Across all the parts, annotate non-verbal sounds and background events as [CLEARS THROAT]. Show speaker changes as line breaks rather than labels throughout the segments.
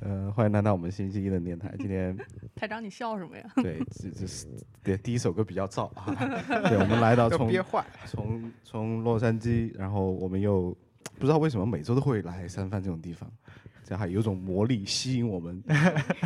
呃迎来到我们星期一的电台。今天
台长，你笑什么呀？
对，这这是对第一首歌比较燥啊。 [LAUGHS] 对，我们来到
要
从
憋坏，
从从洛杉矶，然后我们又不知道为什么每周都会来三藩这种地方，这还有一种魔力吸引我们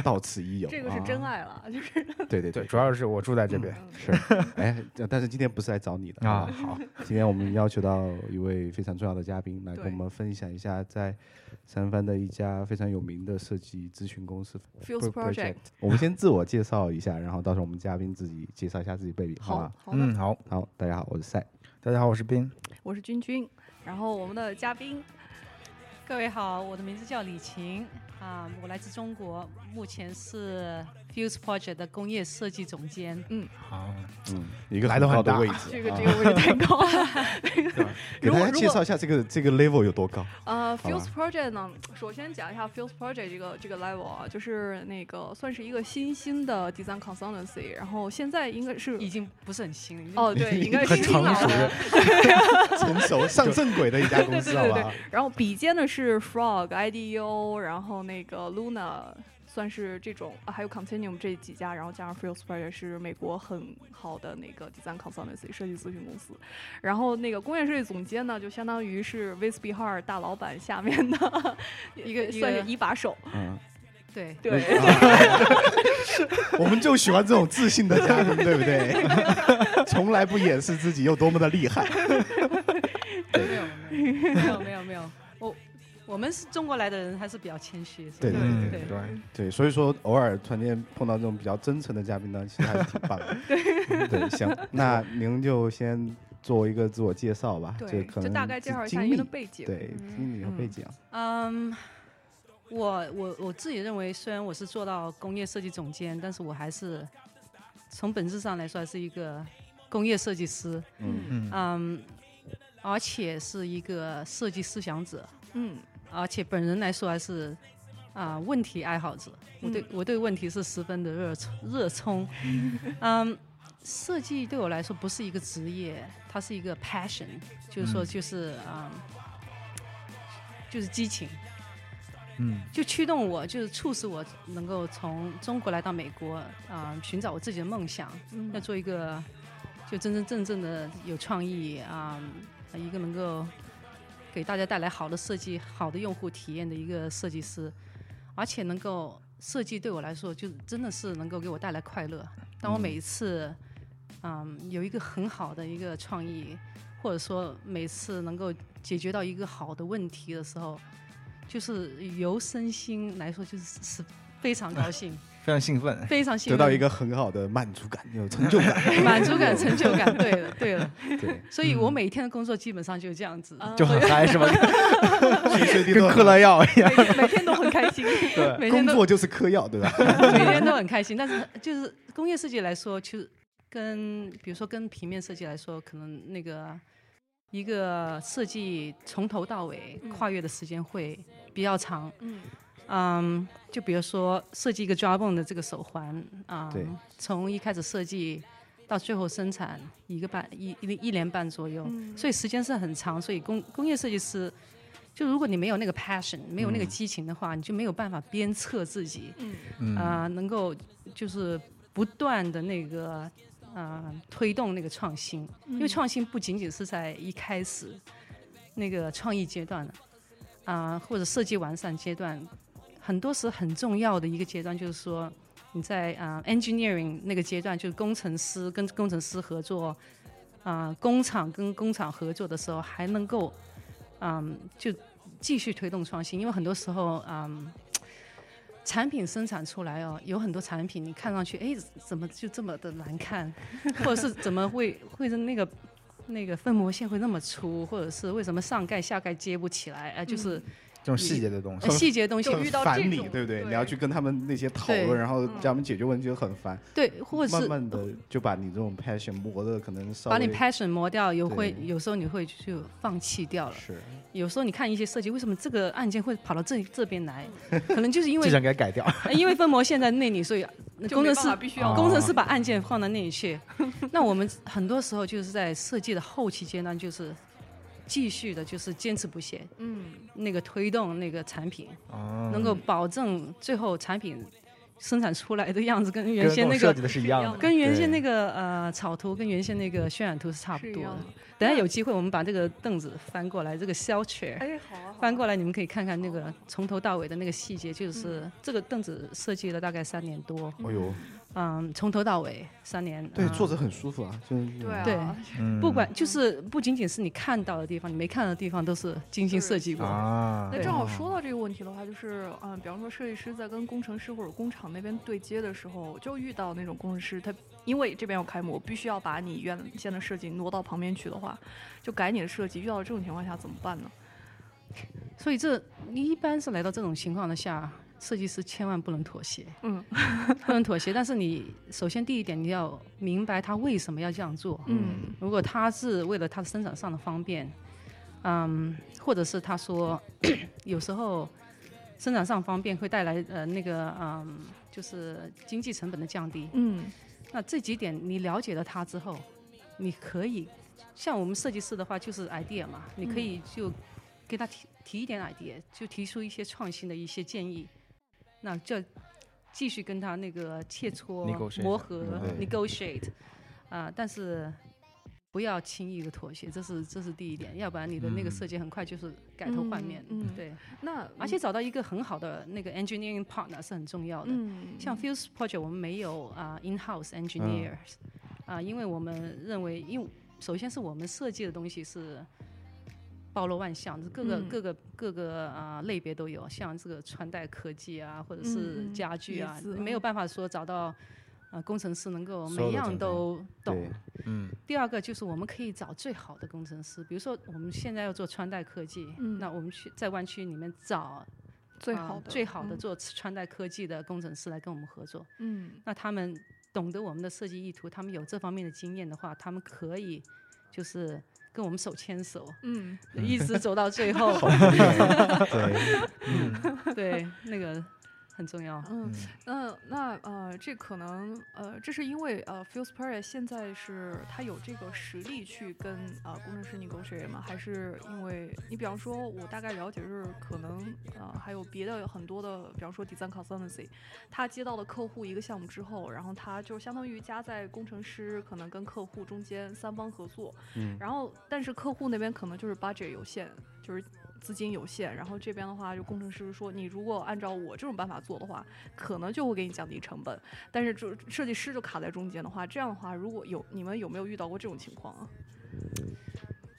到此一游。
这个
啊
是真嗯爱了，就是
啊。对对
对，
对，
主要是我住在这边
是。哎，这但是今天不是来找你
嗯
的
啊。。好，
今天我们邀请到一位非常重要的嘉宾来跟我
对
们分享一下，在三藩的一家非常有名的设计咨询公司
Fuse
Pro- Project
Project。
我们先自我介绍一下，然后到时候我们嘉宾自己介绍一下自己背景，好
好
吧？
好的，
嗯，好，
好，大家好，我是赛。
大家好，我是斌。
我是君君，然后我们的嘉宾
各位好，我的名字叫李晴啊，我来自中国，目前是 Fuse Project 的工业设计总监。
好，
嗯，一个
来得
很高
很
的
大
位置，
这个
啊
这个位置
[LAUGHS]
太高了。
给
如
大
果
家介绍一下这个这个 level 有多
[LAUGHS]
高。
呃
好吧
，Fuse Project 呢，首先讲一下 Fuse Project 这个这个 level 啊，就是那个算是一个新兴的 design consultancy，然后现在应该是
已经不是很新了，已经
哦，
[LAUGHS]
对，应该是
很
新
成
老
熟
的
的。
成熟上正轨的一家公司，好
对对对对
吧？
然后比肩的是 Frog、IDEO，然后那个 Luna，算是这种，啊还有 Continuum 这几家，然后加上 Fuse Project 是美国很好的那个 design consultancy 设计咨询公司。然后那个工业设计总监呢，就相当于是 v i s b i h a r 大老板下面的
一个一
算是
个
一把手。
嗯，
[LAUGHS] 对，啊
对，
我们就喜欢这种自信的嘉宾，对不对？ [LAUGHS] 从来不掩饰自己有多么的厉害。
没有没有没有没有没有，我我们是中国来的人，还是比较谦虚。是吧
对对
嗯，
对
对，
对，所以说偶尔突然间碰到这种比较真诚的嘉宾呢，其实还是挺棒
[LAUGHS]
的。嗯对，行，那您就先做一个自我介绍吧，这
对，
可
就
能
大概介绍一下
经
您的
历
背景。
对经历和背景。
嗯，我我我自己认为，虽然我是做到工业设计总监，但是我还是从本质上来说，还是一个工业设计师。
嗯
嗯，
嗯，而且是一个设计思想者。
嗯
而且本人来说还是啊、问题爱好者，我对、
嗯
我对问题是十分的热衷热衷。嗯，设计对我来说不是一个职业，它是一个 passion，就是说
嗯
就是啊、就是激情，
嗯，
就驱动我，就是促使我能够从中国来到美国啊、寻找我自己的梦想，要
嗯
做一个就真真正正的有创意啊、一个能够给大家带来好的设计、好的用户体验的一个设计师，而且能够设计对我来说，就真的是能够给我带来快乐。当我每一次嗯有一个很好的一个创意，或者说每次能够解决到一个好的问题的时候，就是由身心来说，就是是非常
[LAUGHS]
高兴，
非常兴奋。
非常兴
得
奋，
到一个很好的满足感，有成就
[LAUGHS]
感。
[LAUGHS] 满足感、成就感。对了，对了。
对，
所以我每天的工作基本上就是这样子，
啊
[LAUGHS] 就
[LAUGHS]
很嗨 [LAUGHS] 是吧？
随时随地
跟
都
嗑了药一样。
每每天都很开
[LAUGHS]
心。
对，
每天
工
都
作就是嗑药，对吧？
[LAUGHS] 每天都很开心。但是就是工业设计来说，其实跟比如说跟平面设计来说，可能那个一个设计从头到尾
嗯
跨越的时间会比较长。
嗯
嗯，就比如说设计一个 Jawbone 的这个手环啊、
对
从一开始设计到最后生产一个半一一一年半左右，
嗯
所以时间是很长。所以工工业设计师，就如果你没有那个 passion，没有那个激情的话，你就没有办法鞭策自己
嗯
嗯，
啊、能够就是不断的那个。啊、推动那个创新，
嗯
因为创新不仅仅是在一开始那个创意阶段了，啊、或者设计完善阶段，很多时很重要的一个阶段就是说你在啊、engineering 那个阶段，就是工程师跟工程师合作，啊、工厂跟工厂合作的时候，还能够嗯、就继续推动创新，因为很多时候嗯。产品生产出来哦，有很多产品你看上去，哎，怎么就这么的难看，或者是怎么会会是那个那个分模线会那么粗，或者是为什么上盖下盖接不起来？哎、
嗯
就是、
这种细节的东西
呃，细节的东西
就遇到
烦
这
你，
种
对不对？
对
你要去跟他们那些讨
对
论，然后
嗯
叫他们解决问题，就很烦。
对，或者
慢
是
慢的就把你这种 passion 磨的可能稍微
把你 passion 磨掉，有会
对
有时候你会就放弃掉了。
是
有时候你看一些设计，为什么这个按键会跑到这这边来？
嗯
[LAUGHS] 可能就是因
就
为
想给它改
[LAUGHS]
掉。
呃因为分模线在那里，所以
就
工
没办
程
法
师
必须
啊
要
工程师把按键放到那里去。 [LAUGHS] 那我们很多时候就是在设计的后期阶段，就是继续的，就是坚持不懈，
嗯
那个推动那个产品，
哦
能够保证最后产品生产出来的样子跟
跟
原先
我
那
设
个
计的是一
是一
样
样
的，
跟原先
对
那个呃草图跟原先那个渲染图是差不
是一啊
多的
样的。
等下有机会我们把这个凳子翻过来，这个 s e l chair。
哎，好啊，好啊
翻过来，你们可以看看那个从头到尾的那个细节，就是这个凳子设计了大概三年多，
哎呦，
嗯，从头到尾三年。
对，
嗯
坐着很舒服啊，就是那种
对啊，
对
嗯
不管就是不仅仅是你看到的地方，你没看到的地方都是精心设计过。
啊
那正好说到这个问题的话，就是嗯，比方说设计师在跟工程师或者工厂那边对接的时候，就遇到那种工程师，他因为这边要开模，必须要把你原先的设计挪到旁边去的话，就改你的设计。遇到这种情况下怎么办呢？
所以这你一般是来到这种情况的下，设计师千万不能妥协，
嗯，
[LAUGHS] 不能妥协。但是你首先第一点，你要明白他为什么要这样做。
嗯
如果他是为了他生产上的方便，嗯，或者是他说 [COUGHS] 有时候生产上方便会带来呃那个嗯，就是经济成本的降低。
嗯
那这几点你了解了它之后，你可以像我们设计师的话就是 idea 嘛，你可
嗯
以就给他提提一点 idea，就提出一些创新的一些建议，那就继续跟他那个切磋
Negotiate
磨合
嗯对
negotiate 啊、但是。不要轻易的妥协，这是这是第一点，要不然你的那个
嗯
设计很快就是改头换面。
嗯嗯
对，
那
而且找到一个很好的那个 engineering partner 是很重要的。
嗯，
像 Fuse Project 我们没有啊、in-house engineers
嗯
啊、因为我们认为，因为首先是我们设计的东西是包罗万象，各个、
嗯
各个各个啊、类别都有，像这个穿戴科技啊，或者
嗯
是
嗯
家具啊
椅，子
没有办法说找到啊、工程师能够
所有
每
的
样
整
都懂
对。
嗯
第二个就是我们可以找最好的工程师，比如说我们现在要做穿戴科技，
嗯
那我们去在湾区里面找
最
啊
好的
最好的做穿戴科技的工程师来跟我们合作。
嗯
那他们懂得我们的设计意图，他们有这方面的经验的话，他们可以就是跟我们手牵手，
嗯
一直走到最后。
对，
嗯
[LAUGHS] 对，那个很重要。
嗯
嗯，
嗯，那呃，这可能呃，这是因为呃，Fuse p a r i 现在是它有这个实力去跟呃工程师 negotiate 吗？还是因为你比方说，我大概了解是可能呃还有别的很多的，比方说 design consultancy，他接到了客户一个项目之后，然后他就相当于夹在工程师可能跟客户中间三方合作，
嗯，
然后但是客户那边可能就是 budget 有限，就是资金有限，然后这边的话就工程师说，你如果按照我这种办法做的话，可能就会给你降低成本，但是就设计师就卡在中间的话，这样的话如果有你们有没有遇到过这种情况啊？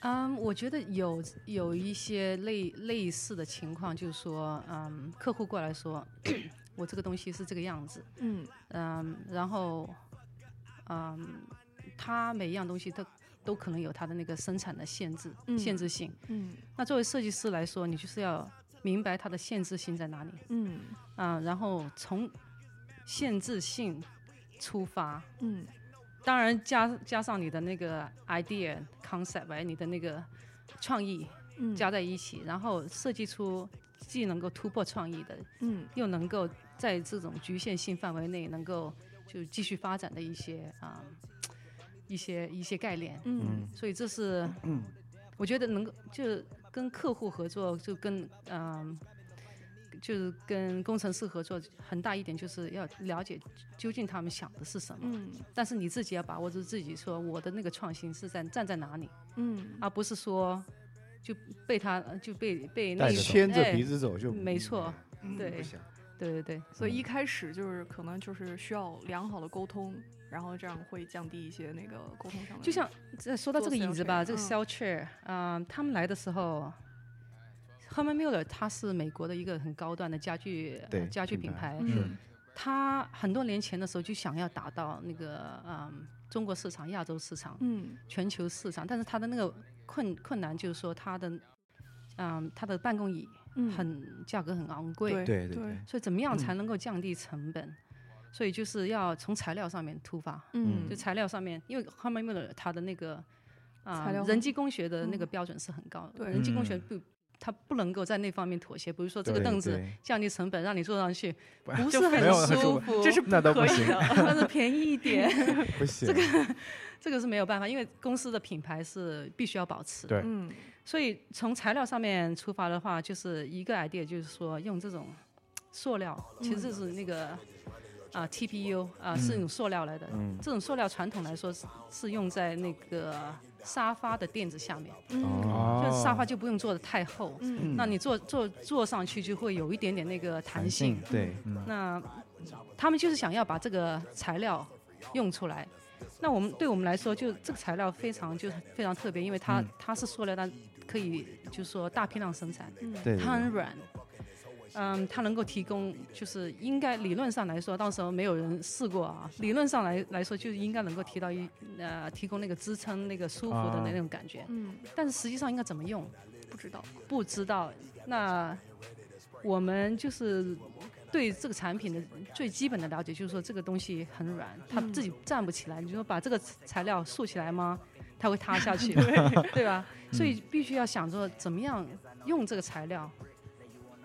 嗯，我觉得有有一些类类似的情况，就是说，嗯，客户过来说， [CLEARS THROAT] 我这个东西是这个样子，
嗯
嗯，然后，嗯，他每一样东西都都可能有它的那个生产的限制、
嗯
限制性。
嗯
那作为设计师来说，你就是要明白它的限制性在哪里
嗯
啊、然后从限制性出发，
嗯
当然加加上你的那个 idea concept，哎，你的那个创意
嗯，
加在一起，然后设计出既能够突破创意的，
嗯
又能够在这种局限性范围内能够就继续发展的一些啊、一些一些概念。
嗯
嗯
所以这是，我觉得能够就是跟客户合作，就跟嗯、就是跟工程师合作，很大一点就是要了解究竟他们想的是什么。
嗯
但是你自己要把握住自己，说我的那个创新是在站在哪里，
嗯
而不是说就被他就被被那
带
一
着
种
牵着
哎
鼻子走就
没错，
不
对
行
对对对，
所以一开始就是可能就是需要良好的沟通，然后这样会降低一些那个沟通上的。
就像这说到这
嗯做
个椅
sell
子吧，
chair，
这个
嗯
sell chair 啊、他们来的时候，Herman Miller 他是美国的一个很高端的家具呃
对
家具
品
品牌，
嗯
他很多年前的时候就想要打到那个嗯、中国市场、亚洲市场、
嗯
全球市场，但是他的那个困困难就是说他的嗯、他的办公椅
嗯
很价格很昂贵，
对
对嗯对
对
所以怎么样才能够降低成本？所以就是要从材料上面出发，
嗯
就材料上面，因为 Herman Miller 他的那个啊、
材料
人机工学的
嗯
那个标准是很高的，
对
人机工学
嗯
不它不能够在那方面妥协。比如说这个
对
凳子
对
降低成本，让你坐上去不
就是没有
很舒
舒
服，
这是
那都不
可以
行
的。
[LAUGHS] 但是便宜一点，
不行，
[LAUGHS] 这个是没有办法，因为公司的品牌是必须要保持。
对
嗯，
所以从材料上面出发的话，就是一个 idea，就是说用这种塑料，其实就是那个啊、TPU 啊、是那种塑料来的。
嗯
这种塑料传统来说是是用在那个沙发的垫子下面，
哦，
就是沙发就不用做的太厚，
嗯
那你坐坐坐上去就会有一点点那个弹性。
[LAUGHS] 对，
那他们就是想要把这个材料用出来。那我们对我们来说，就这个材料非常就是非常特别，因为它、
嗯
它是塑料，但可以就是说大批量生产，
对
它很软。嗯，它能够提供，就是应该理论上来说，到时候没有人试过啊。理论上来来说，就应该能够提到一呃，提供那个支撑、那个舒服的
啊
那种感觉。
嗯，
但是实际上应该怎么用，
不知道，
不知道。那我们就是对这个产品的最基本的了解，就是说这个东西很软，它
嗯
自己站不起来。你就说把这个材料竖起来吗？它会塌下去，对吧？所以必须要想着怎么样用这个材料。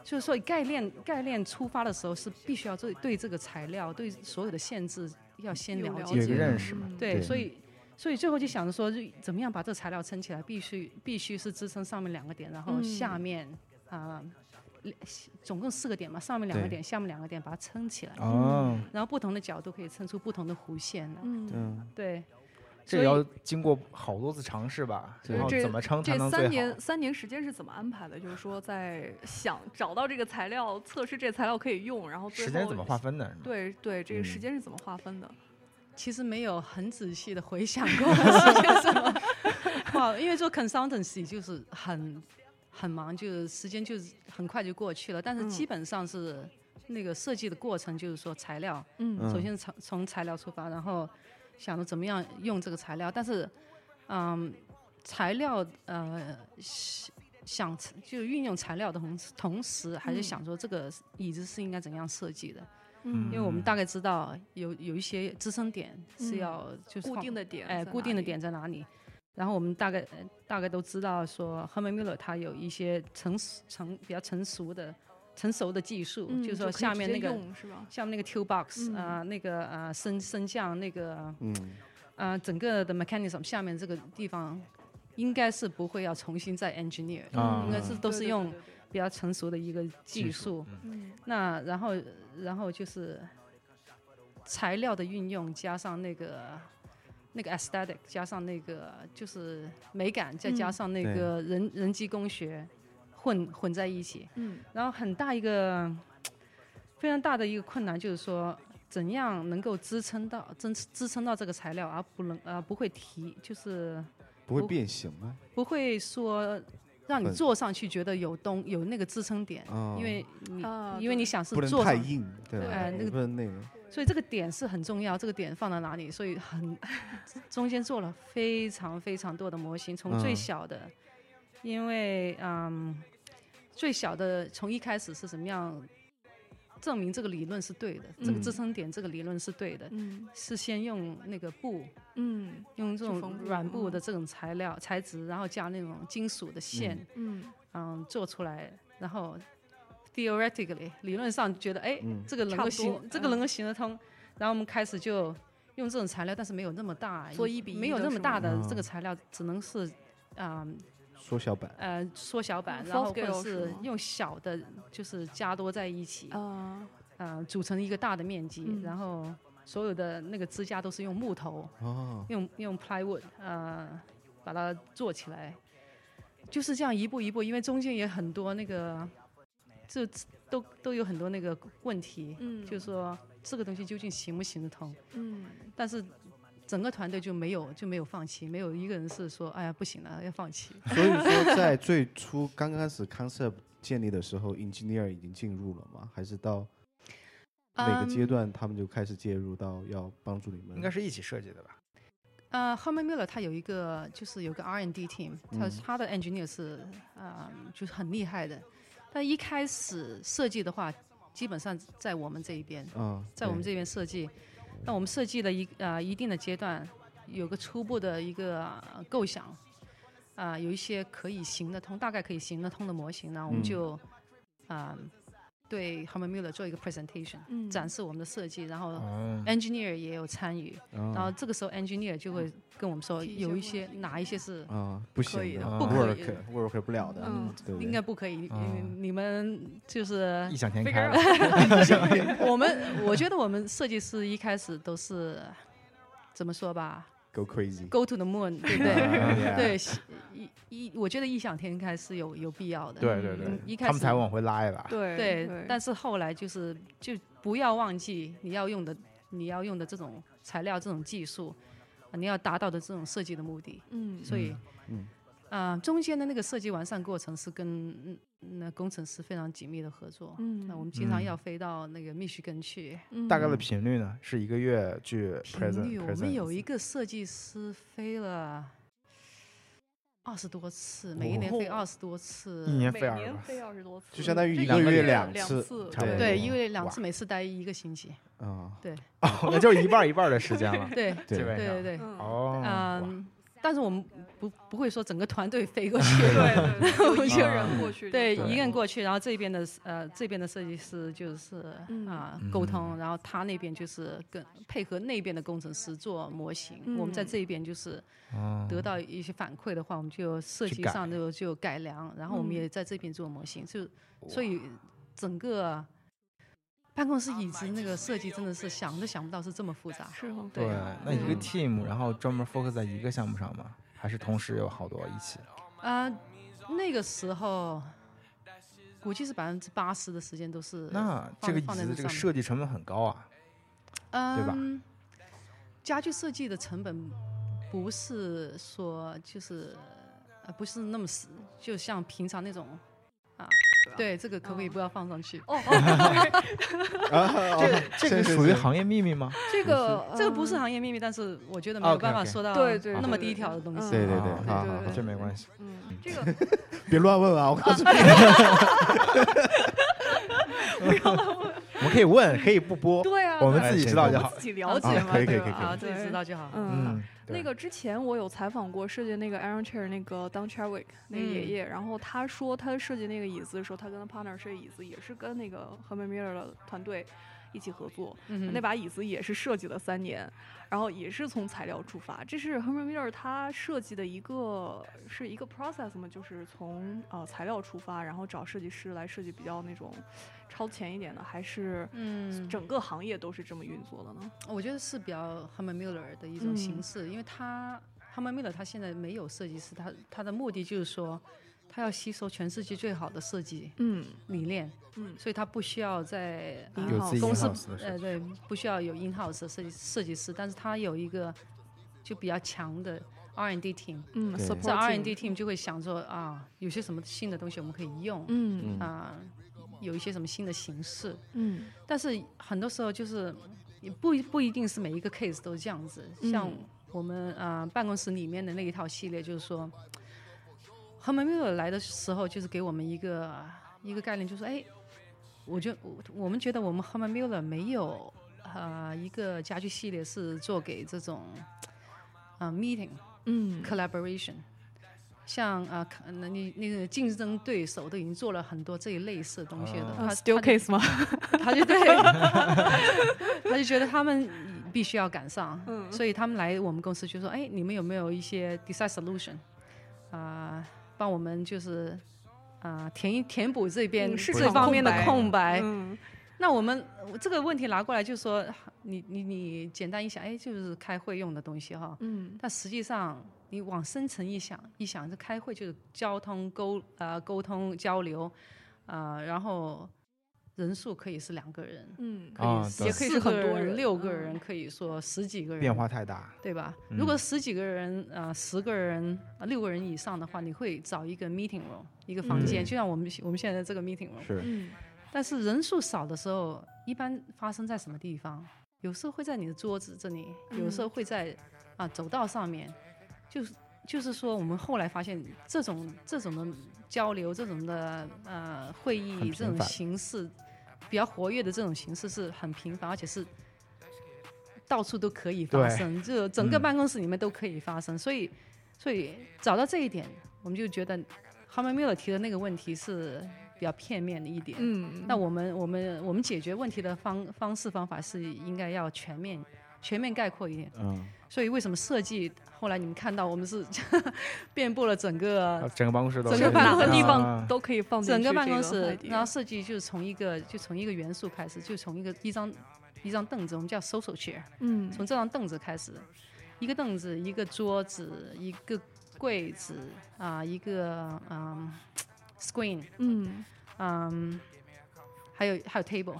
就是说，概念概念出发的时候是必须要对对这个材料、对所有的限制要先
有
了
了
解
有一
解
个认识嘛，
嗯
对，
对
所以所以最后就想着说，就怎么样把这个材料撑起来，必须必须是支撑上面两个点，然后
嗯
下面啊、两总共四个点嘛，上面两个
对
点，下面两个点把它撑起来，
哦，
然后不同的角度可以撑出不同的弧线来。
嗯，
嗯，
对，
这
所以
个要经过好多次尝试吧，
对
然后
这
怎么撑才
这
能
三
最好
年？三年时间是怎么安排的？就是说，
[LAUGHS]
在想找到这个材料，测试这材料可以用，然后最
时
后
间怎么划？分的？是吗
对对，这个时
嗯
间是怎么划分的？
其实没有很仔细的回想过 [LAUGHS] 是些什么，哇，因为做 consultancy 就是很很忙，就是时间就是很快就过去了，但是
嗯
基本上是那个设计的过程，就是说材料。
嗯
首先从从材料出发，然后想着怎么样用这个材料，但是，嗯，材料呃是想就运用材料的同同时，还是
嗯
想说这个椅子是应该怎样设计的，
嗯
因为我们大概知道有有一些支撑点
嗯
是要就是
固
放
定的点，
哎，固定的点，在哪里？然后我们大概呃大概都知道说，Herman Miller 它有一些成熟成比较成熟的成熟的技术，
嗯，
就是
可
说
以
下
直
面
接
那个
用是吧？
像那个 Q box
嗯
啊、呃那个啊、呃升升降那个啊、
嗯，
呃整个的 mechanism 下面这个地方，应该是不会要重新再 engineer，、
啊
应该是都
对
是
对
用
对对对
比较成熟的一个技术。
技术
嗯
那然后然后就是材料的运用，加上那个。那个 aesthetic 加上那个就是美感，再加
嗯
上那
对
个人、人机工学混混在一起，
嗯
然后很大一个非常大的一个困难就是说，怎样能够支撑到支支撑到这个材料，而不能呃不会提，就是
不会
不
变形吗？
不会说让你
很
坐上去觉得有东有那个支撑点，
啊，
因为你、
啊
因为
对
你想是
不能
坐
太
上，
硬，对吧？
哎那个
不能那个，
所以这个点是很重要，这个点放在哪里，所以很
[LAUGHS]
中间做了非常非常多的模型，从最
嗯
小的，因为嗯最小的从一开始是怎么样证明这个理论是对的，这个
嗯
支撑点这个理论是对的，
嗯
是先用那个布，
嗯
用这
去
种
缝布
软布
嗯
的这种材料材质，然后加那种金属的线，
嗯，
嗯做出来，然后 theoretically 理论上觉得哎、
嗯
这个能
差
够
不
行
多，
这个能
嗯
够行得通，然后我们开始就用这种材料，但是没有那么大，
做
也
一比一
没有
的
那么
是
大
吗
的
嗯
这个材料，只能是。啊、
缩小版，
呃，缩小版，
嗯 full
然后或
scale 是
者是
吗
用小的，就是加多在一起，
啊
呃，组成一个大的面积，
嗯
然后所有的那个支架都是用木头，
哦，
用用 plywood 呃把它做起来，就是这样一步一步，因为中间也很多那个，这都都有很多那个问题，
嗯，
就是说这个东西究竟行不行得通？
嗯
但是整个团队就没有就没有放弃，没有一个人是说哎呀不行了要放弃。
所以说在最初刚开始 concept 建立的时候，engineer 已经进入了吗？还是到哪个阶
嗯
段他们就开始介入到要帮助你们？
应该是一起设计的吧？
呃 h e r m a n Miller 他有一个就是有个 R&D team，他、
嗯
他的 engineer 是呃就是很厉害的，但一开始设计的话，基本上在我们这一边，
嗯，
在我们
对
这边设计。那我们设计了一呃一定的阶段，有个初步的一个、呃构想，啊、有一些可以行得通，大概可以行得通的模型呢，我们
嗯
就啊、对 h a r m a n Miller 做一个 presentation，、
嗯
展示我们的设计，然
哦
后
嗯，
engineer 也有参与，
嗯
然后这个时候 engineer 就会跟我们说
提一
有
些
一些
问题
哪一些是
啊，不
可以
行
的
不
可以
work work 不了的
嗯，
对不
应
对？哦
该不可以，
啊
嗯，你们就是
[LAUGHS]
异想天
figure
开
out
了，
我们，我觉得我们设计师一开始都是怎么说吧
Go crazy，
，go to the moon，对不对？
嗯
啊
对，异异，我觉得异想天开是有有必要的。
对对
嗯
对，
一
他
开
们
始
才往回拉一把。
对
对
对，
但是后来就是就不要忘记你要用的你要用的这种材料、这种技术，啊你要达到的这种设计的目的。
嗯
所以，
嗯
啊、中间的那个设计完善过程是跟嗯那工程师非常紧密的合作。那我
嗯
们经常
嗯
要飞到那个密西根去。
嗯，
大概的频率呢是一个月去
频
present
率，我们
present
有一个设计师飞了二十多次，每一年飞
哦
二十多次。
一年
每
飞二十
年
吧，
飞二十多次，
就相当于一
这
个
月
月两
次
次，
差不多
对，
对
因为两
哇
次，每次待一个星期。。
啊，
哦，那就是一半儿一半儿的时间了
[LAUGHS] 对，
基
对
本
对
上
对对，
嗯，
哦，哇
嗯，但是我们不不会说整个团队飞过去
[LAUGHS] [LAUGHS] 对，对有一个人
啊
过去，
对，
对
一个人过去，然后这边的呃这边的设计师就是啊、
嗯
沟通，然后他那边就是跟配合那边的工程师做模型，我们在
嗯
这边就是
嗯
得到一些反馈的话，我们就设
去
计
改
上就就改良，然后我们
嗯
也在这边做模型，就所以整个。办公室椅子那个设计真的是想都想不到是这么复杂，
是吗？
对
对，啊
那一个
嗯
team，然后专门 focus 在一个项目上吗？还是同时有好多一起？
啊、那个时候估计是百分之八十的时间都是
那这个椅
放在
子
那
这个
上面
设计成本很高啊。对吧
嗯，家具设计的成本不是说就是呃不是那么死，就像平常那种啊，对这个可不可以不要放上去？
哦，哦
哦
[LAUGHS]
[LAUGHS] 这个属于行业秘密吗？
这个
这个不啊是
嗯
行业秘密，但是我觉得没有
OK，OK
办法说到
对对
那么
对对
低调的东西。
对对对 [LAUGHS] 好
啊，
对
好
对
好
这没关系。
嗯，这个
别乱问啊！我告诉你，
我们可以问，可以
[LAUGHS]
不播。
对啊，
我们
对
自己
哎
知道
谁
就
懂
好
自。己了解
啊
嘛，
可以
对
可以
吧
可以
啊，自己知道。就好。
嗯
嗯，，对
那个之前我有采访过设计那个 Aaron Chair 那个 Don Cherwick 那个爷
嗯
爷，然后他说他设计那个椅子的时候，他跟他 partner 设计椅子也是跟那个 Herman Miller 的团队一起合作，
嗯
那把椅子也是设计了三年，然后也是从材料出发。这是 Herman Miller 他设计的一个是一个 process 嘛，就是从呃材料出发，然后找设计师来设计比较那种超前一点的，还是
嗯，
整个行业都是这么运作的呢？
我觉得是比较 Herman Miller 的一种形
嗯
式，因为他 Herman Miller 他现在没有设计师，他他的目的就是说，他要吸收全世界最好的设计
嗯
理念，
嗯
所以他不需要在呃
银
有
行
自己
公司
in-house 的设
呃
计
对，不需要有 in house 的设计设计师，但是他有一个就比较强的 R and D team，
嗯
对
这 R and
，support
D team 就会想说啊，有些什么新的东西我们可以用
嗯
嗯
啊、有一些什么新的形式，
嗯
但是很多时候就是也不不一定是每一个 case 都这样子，
嗯
像我们啊、呃办公室里面的那一套系列，就是说，和门 m 尔来的时候，就是给我们一个一个概念，就是哎，我就我我们觉得我们 Herman Miller 没有啊、呃一个家具系列是做给这种啊、呃 meeting
嗯
collaboration。像啊，可那那那个竞争对手都已经做了很多这一类似的东西的，
呃
他他就
Steelcase 吗？
他就对，他就觉得他们必须要赶上，
嗯
所以他们来我们公司就说：“哎，你们有没有一些 design solution 啊、帮我们就是啊、填一填补这边、
嗯市
这
场
方面的
空白
空白。
嗯
那我们这个问题拿过来就说，你你你简单一想，哎，就是开会用的东西哈。
嗯
但实际上，你往深层一想，一想这开会就是交通沟呃沟通交流，啊，然后人数可以是两个人，
嗯
可
啊
以四
对
也可以是很
四
多
个人
人，六个人
嗯
可以说十几个人，
变化太大。
对吧？
嗯
如果十几个人呃十个人呃六个人以上的话，你会找一个 meeting room 一个房间，
嗯
就像我们我们现在这个 meeting room。
是
嗯
但是人数少的时候，一般发生在什么地方？有时候会在你的桌子这里，
嗯
有时候会在啊、走道上面，就是就是说，我们后来发现这种这种的交流，这种的呃会
很
议
频
这种
繁
形式，比较活跃的这种形式是很频繁，而且是到处都可以发
对
生，就整个
嗯
办公室里面都可以发生，所以所以找到这一点，我们就觉得 h a r m a n Miller 提的那个问题是比较片面的一点。
嗯，
那我们我们我们解决问题的方方式方法是应该要全面全面概括一点。
嗯，
所以为什么设计后来你们看到我们是 [LAUGHS] 遍布了整个
啊整个办公室都
整
是
个办
哪
公
个
室
地
啊
方都可以放进
整
去
个
这个啊
办公室，
idea
然后设计就是从一个就从一个元素开始，就从一个一张一张凳子，我们叫 social chair，
嗯，
从这张凳子开始，一个凳子，一个桌子，一个柜子啊、一个嗯 screen，
嗯
嗯，还有还有 table，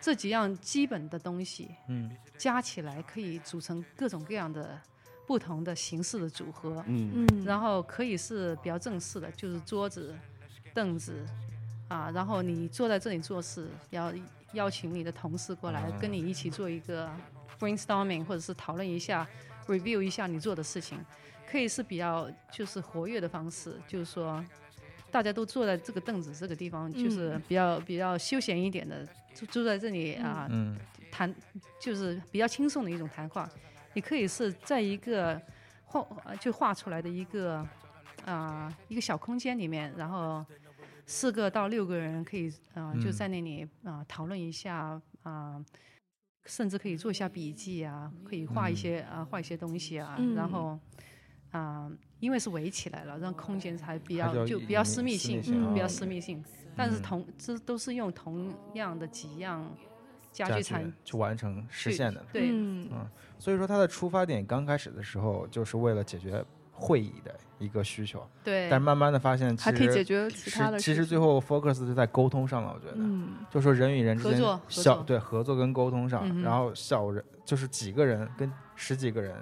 这几样基本的东西
嗯
加起来可以组成各种各样的不同的形式的组合，
嗯，
嗯，
然后可以是比较正式的，就是桌子、凳子啊，然后你坐在这里做事，要邀请你的同事过来
啊
跟你一起做一个 brainstorming，或者是讨论一下、review 一下你做的事情，可以是比较就是活跃的方式，就是说大家都坐在这个凳子这个地方，就是比较比较休闲一点的，就坐在这里啊，
嗯
谈就是比较轻松的一种谈话，也可以是在一个画呃就画出来的一个啊、一个小空间里面，然后四个到六个人可以啊、就
嗯
在那里啊、讨论一下啊、甚至可以做一下笔记啊，可以画一
嗯
些啊、画一些东西啊，
嗯
然后啊、因为是围起来了，让空间才比
它
较
就
就
隐
比较
隐
私密
私
性
密，性
比较
啊
私密性，但是
嗯
同这都是用同样的几样。家具产
去完成实
去
现的。
对，
嗯
所以说它的出发点刚开始的时候就是为了解决会议的一个需求，
对，
但是慢慢的发现其实
还可以解决其他的
实其
事
实最后 focus 是在沟通上了，我觉得。
嗯
就说人与人之
合
间
作合
小
作
对合作跟沟通上，
嗯哼
然后小人就是几个人跟十几个人，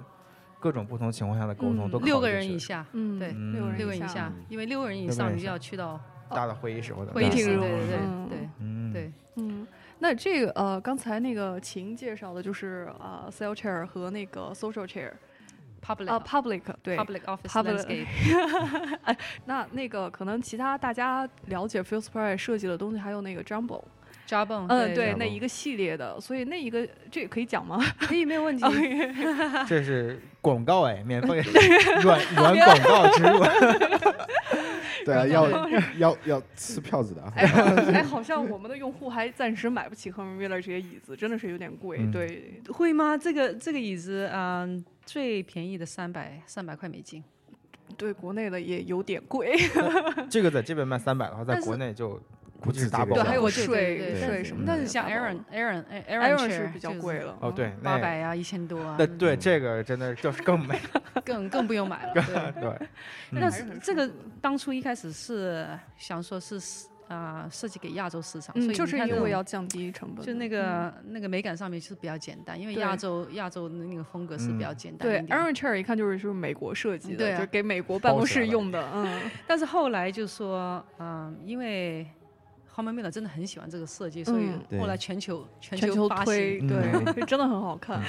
各种不同情况下的沟通
嗯
都考虑
六个人以
进去
下，
嗯，
对
嗯
六个
人
人以下啊
嗯，
因为六个人以
六个
上
人
你
以
就
下
要去到
大的会议室或者
会议
大
室，
厅
对
的
入
对
嗯
对对
嗯
对，
嗯，那这个呃，刚才那个秦介绍的就是呃，sale chair 和那个 social chair，呃
哦，public
，public 对。
public office
public-
landscape，
[LAUGHS] 那那个可能其他大家了解 f i e l s p r a y 设计的东西，还有那个 Jumbo，嗯，
jawbone，
对，
呃对，
那
Jumbo
一个系列的，所以那一个这也可以讲吗？
可以没有问题，
这是广告哎，免
[LAUGHS]
费软软广告植入，
对啊，要 [LAUGHS] 要要吃票子的啊，
[LAUGHS]
[LAUGHS]
哎，好哎，好像我们的用户还暂时买不起 h e r m i l l e r 这些椅子，真的是有点贵。
嗯
对，
会吗？这个这个椅子，嗯，最便宜的三百三百块美金，
对，国内的也有点贵，
[LAUGHS]
[LAUGHS]
这个在这边卖三百的话，在
但是
国内就
不
估计是
止这
大
个
爆
价
对，
格
还
我
有
对
税
对
对
税
对
什
嗯
么的。
但是像
大包
Aaron Aaron 哎
Aaron
嗯 Aaron
是比较贵。了。嗯
哦，对，
八
那
百啊，一千多啊
那，对这个真的就是更美，
更更不用买了。
[LAUGHS]
对
对，
那
还是很
这个
舒服的
当初一开始是想说是啊设计给亚洲市场，所以
嗯，
你
就是
看
因
到
为要降低成本。嗯
就那个、那个美感上面就是比较简单，因为亚
对嗯
洲亚洲的那个风格是比较简单
对
一点。
，Aaron Chair 一看就是就是美国设计的，
对啊
就是给美国办公
包起来
室
了
用的。嗯 [LAUGHS]
但是后来就说，嗯，因为 h o r m a n Miller 真的很喜欢这个设计，所以
嗯
对
后来全球全
全
球
球
发
推，
嗯
行。
对， [LAUGHS] 这真的嗯很好看。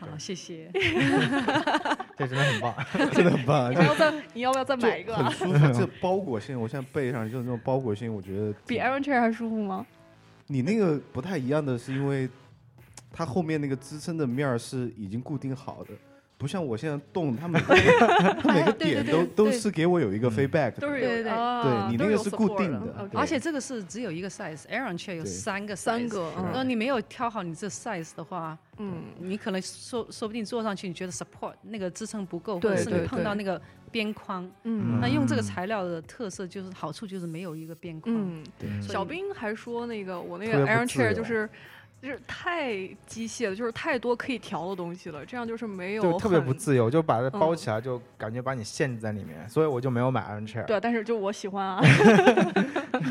很
好，谢谢。
这真的很棒，
真的很棒啊
你，要再你要不要再买一个
就很
啊？
舒服。这包裹性，我现在背上就是那种包裹性，我觉得
比
挺
Aaron Chair 还舒服吗？
你那个不太一样的是，因为它后面那个支撑的面儿是已经固定好的，不像我现在动，它每个它每个点
对对
都
对
都是给我有一个
嗯
feedback，的
都是有
对对对
啊
对你
都
那个
有
是固
support
定
的
的，
OK
对
[LAUGHS] 而且这个是只有一个 size，Aaron 却有
对
三个 size,
三个，
如
嗯
果你没有挑好你这 size 的话，
嗯，
你可能说说不定坐上去你觉得 support 那个支撑不够，或
对
者是
对
你碰到
对
那个边框。
嗯
那用这个
嗯
材料的特色就是好处就是没有一个边框。
嗯，
嗯
所以
小兵还说那个我那
特
个
别不
Aaron
自
Chair
由
就是。就是太机械了，就是太多可以调的东西了，这样就是没有
就特别
很
不自由，就把它包
嗯
起来，就感觉把你限制在里面，所以我就没有买 Iron Chair。
对，但是就我喜欢啊，。
[LAUGHS]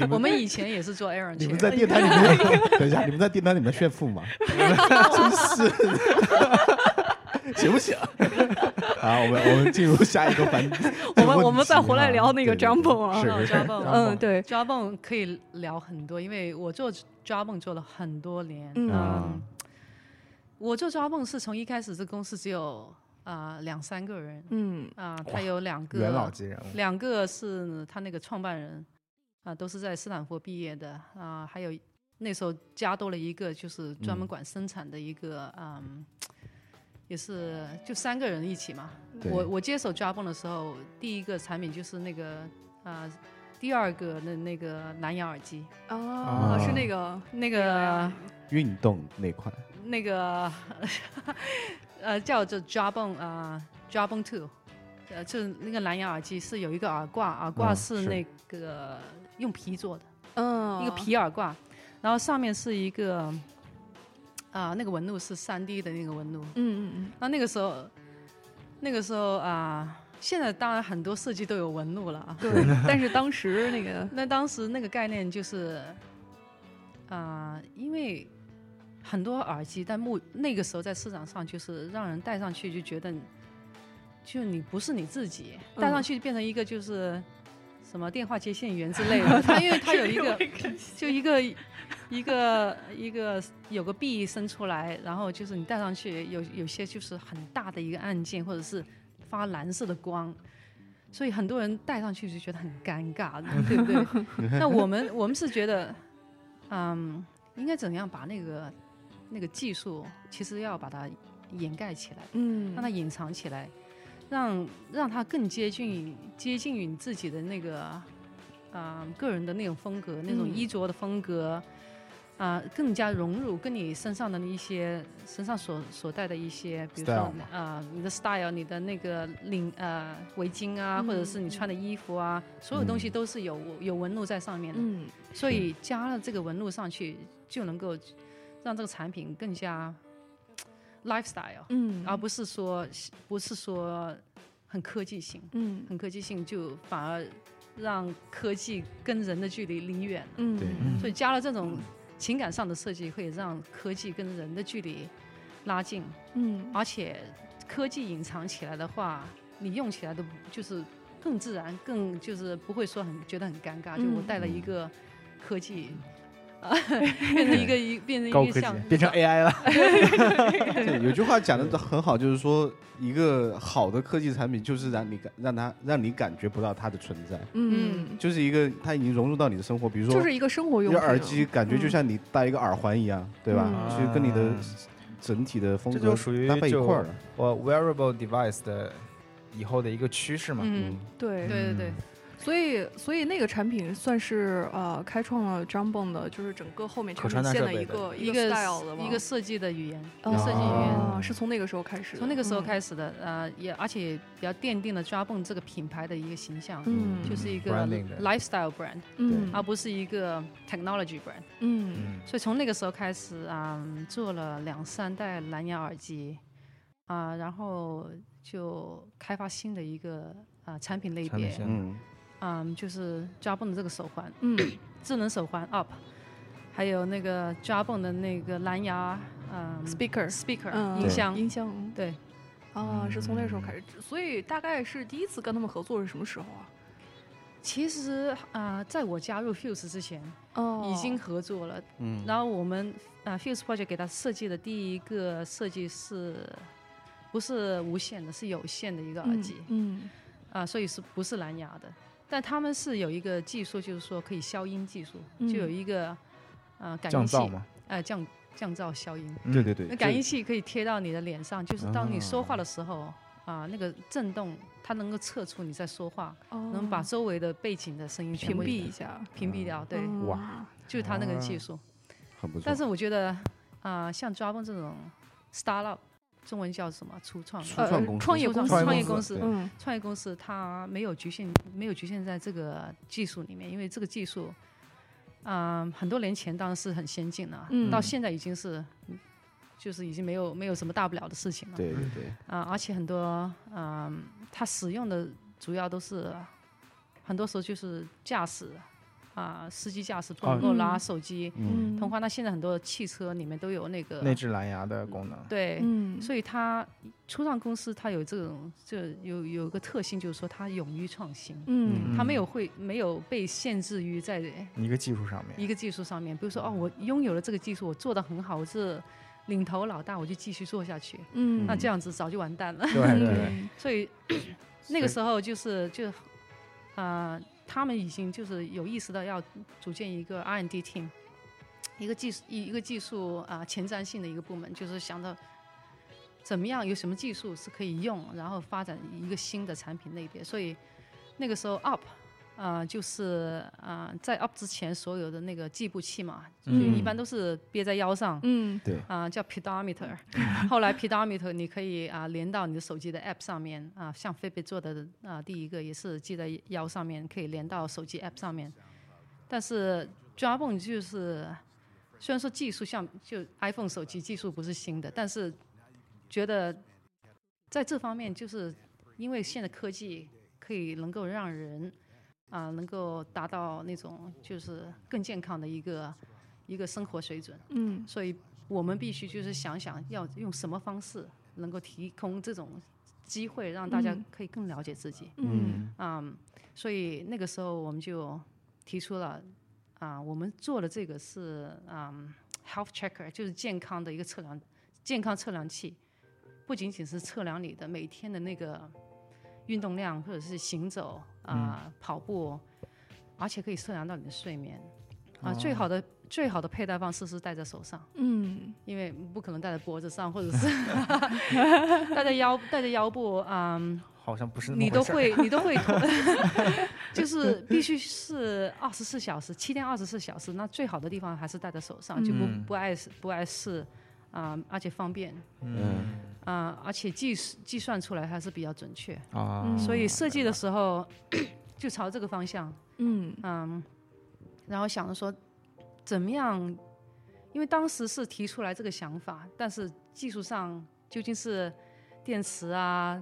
我们以前也是做 Aaron
你
chair，
们在电台里面，等一下，你们在电台里面炫富吗？真是的， [LAUGHS] 行不行？ [LAUGHS] 好，我们我们进入下一个环节
我们我们再回来聊那个 Jumbo 啊
是
哦
是是
Jumbo
嗯，对，
Jawbone 可以聊很多，因为我做 Jawbone 做了很多年。
嗯
啊
我做 Jawbone 是从一开始这公司只有啊、呃两三个人
嗯
啊、他有两
元老
个，
级人物，
两个是他那个创办人啊、都是在斯坦福毕业的啊、还有那时候加多了一个就是专门管生产的一个嗯。啊也是就三个人一起嘛。
对
我我接手 Jawbone 的时候，第一个产品就是那个啊、呃第二个的那个蓝牙耳机，
啊，是那个
哦那
那
个
运动那块，
那个 [LAUGHS] 呃叫做 Jawbone 啊、Jawbone Two，呃就是那个蓝牙耳机是有一个耳挂，耳挂
嗯
是
是
那个用皮做的。
嗯
一个皮耳挂，然后上面是一个啊、那个纹路是3 D 的那个纹路。
[LAUGHS]
嗯嗯
那那个时候，那个时候啊、现在当然很多设计都有纹路了啊
嗯，。对，但是当时那
[LAUGHS]
个
那当时那个概念就是啊、因为很多耳机在目那个时候在市场上就是让人戴上去就觉得你，就你不是你自己，戴上
嗯
去变成一个就是。什么电话接线员之类的，它因为它有一个
我也看见
就一个一个一个有个臂伸出来，然后就是你戴上去，有有些就是很大的一个按键，或者是发蓝色的光，所以很多人戴上去就觉得很尴尬，对不对？那我们我们是觉得，嗯，应该怎样把那个那个技术，其实要把它掩盖起来。
嗯，
让它隐藏起来，让让它更接近于接近于你自己的那个啊、个人的那种风格，那种
嗯
衣着的风格啊、更加融入跟你身上的一些身上所所带的一些，比如说
Style
啊
嘛、
你的 style，你的那个领呃围巾啊，
嗯
或者是你穿的衣服啊，所有东西
嗯
都是有有纹路在上面的。
嗯
所以加了这个纹路上去，就能够让这个产品更加 lifestyle，、
嗯
啊而不是说不是说很科技性，
嗯
很科技性就反而让科技跟人的距离离远了。
嗯
对
所以加了这种情感上的设计，会让科技跟人的距离拉近，
嗯
而且科技隐藏起来的话，你用起来的就是更自然，更就是不会说很觉得很尴尬。就我
嗯
带了一个科技，啊， [LAUGHS] 变成一个一变成
嗯高
一
科技
个像，
变成 AI 了。
对，有句话讲的很好，就是说一个好的科技产品就是让你感让它让你感觉不到它的存在，
嗯，
就是一个它已经融入到你的生活，比如说
就是一个生活用
你
品
的耳机，感觉就
嗯
像你戴一个耳环一样，对吧？
嗯
其实跟你的整体的风
这
格
就属于
搭配一
就
块儿了。
我 wearable device 的以后的一个趋势嘛。
嗯，
对
对对对，
所以，所以那个产品算是呃开创了 Jambon 的，就是整个后面
可
产
穿
品线
戴
的
设备
一个
的
一
个
个
style 的
一个设计的语言，
哦
设计语言。
哦
是从那个时候开始的，
从那个时候
嗯
开始的，呃，也而且比较奠定了 j a b o n 这个品牌的一个形象，
嗯，
就是啊一个
branding 的
lifestyle brand，
嗯
而不是一个 technology brand。
嗯
嗯，
所以从那个时候开始啊、嗯做了两三代蓝牙耳机啊、然后就开发新的一个啊、产品类
产品
别，
线
嗯，
嗯，就是抓泵的这个手环，
嗯
智能手环 Up，还有那个抓泵的那个蓝牙嗯
speaker
speaker、
嗯
音箱，
音箱嗯
对，
啊，是从那个时候开始，所以大概是第一次跟他们合作是什么时候啊？
其实啊、在我加入 Fuse 之前
哦
已经合作了，
嗯
然后我们啊、Fuse Project 给它设计的第一个设计是，不是无线的，是有线的一个耳机啊、
嗯
所以是不是蓝牙的？但他们是有一个技术，就是说可以消音技术，
嗯
就有一个呃感
降
应器
噪，嘛。
呃降降噪消音，
嗯
对对对，
那感
这
应器可以贴到你的脸上，就是当你说话的时候啊、那个震动它能够测出你在说话，
嗯，
能把
哦
周围的背景的声音全
屏
部
蔽一下，
屏蔽掉，对，
嗯
哇，
就是它那个技
啊
术。
很不错。
但是我觉得啊、像抓泵这种 startup，中文叫什么初创
初
呃
创公司
创业公司
创
创
业
业
公
公
司
司
嗯
创业公司，它没有局限，没有局限在这个技术里面，因为这个技术，嗯、很多年前当然是很先进了，
嗯
到现在已经是，就是已经没有没有什么大不了的事情
嗯
了。
对对对，
啊、而且很多，嗯、它使用的主要都是，很多时候就是驾驶，啊、司机驾驶不能够
哦
拿
嗯
手机
嗯，
通话。那现在很多汽车里面都有那个
内置蓝牙的功能。
对，
嗯，
所以它初创公司它有这种就有有一个特性，就是说它勇于创新，
嗯
它没有会没有被限制于在
一个技术上面。
一个技术上面，比如说哦，我拥有了这个技术，我做的很好，我是领头老大，我就继续做下去，
嗯
那这样子早就完蛋了。
对对对，
所以那个时候就是就啊、呃他们已经就是有意识到要组建一个 R&D team，一个技术一一个技术啊、前瞻性的一个部门，就是想到怎么样有什么技术是可以用，然后发展一个新的产品类别。所以那个时候 Up 啊、就是啊、在 Up 之前所有的那个计步器嘛，
嗯
一般都是别在腰上。
嗯
啊、叫 pedometer，后 [LAUGHS] 来 pedometer 你可以啊、连到你的手机的 app 上面啊、像 Fitbit 做的啊、第一个也是系在腰上面，可以连到手机 app 上面。但是 Jawbone 就是虽然说技术像就 iPhone 手机技术不是新的，但是觉得在这方面就是因为现在科技可以能够让人啊、能够达到那种就是更健康的一个一个生活水准。
嗯
所以我们必须就是想想要用什么方式能够提供这种机会，让大家
嗯
可以更了解自己。
嗯
嗯，所以那个时候我们就提出了啊、我们做的这个是嗯 health checker，就是健康的一个测量，健康测量器，不仅仅是测量你的每天的那个运动量或者是行走啊、跑步，而且可以测量到你的睡眠。啊、最好的最好的佩戴方式是戴在手上。
嗯
因为不可能戴在脖子上，或者是 [LAUGHS] 戴在腰戴在腰部，嗯，
好像不是那么
你都
回事儿
会你
[LAUGHS]
都会脱，就是必须是二十四小时，七天二十四小时。那最好的地方还是戴在手上，就不
嗯
不碍事不碍事，啊、而且方便，
嗯
啊、而且计计算出来还是比较准确。
啊
嗯，
所以设计的时候 [COUGHS] 就朝这个方向，
嗯
嗯，然后想着说怎么样，因为当时是提出来这个想法，但是技术上究竟是电池啊、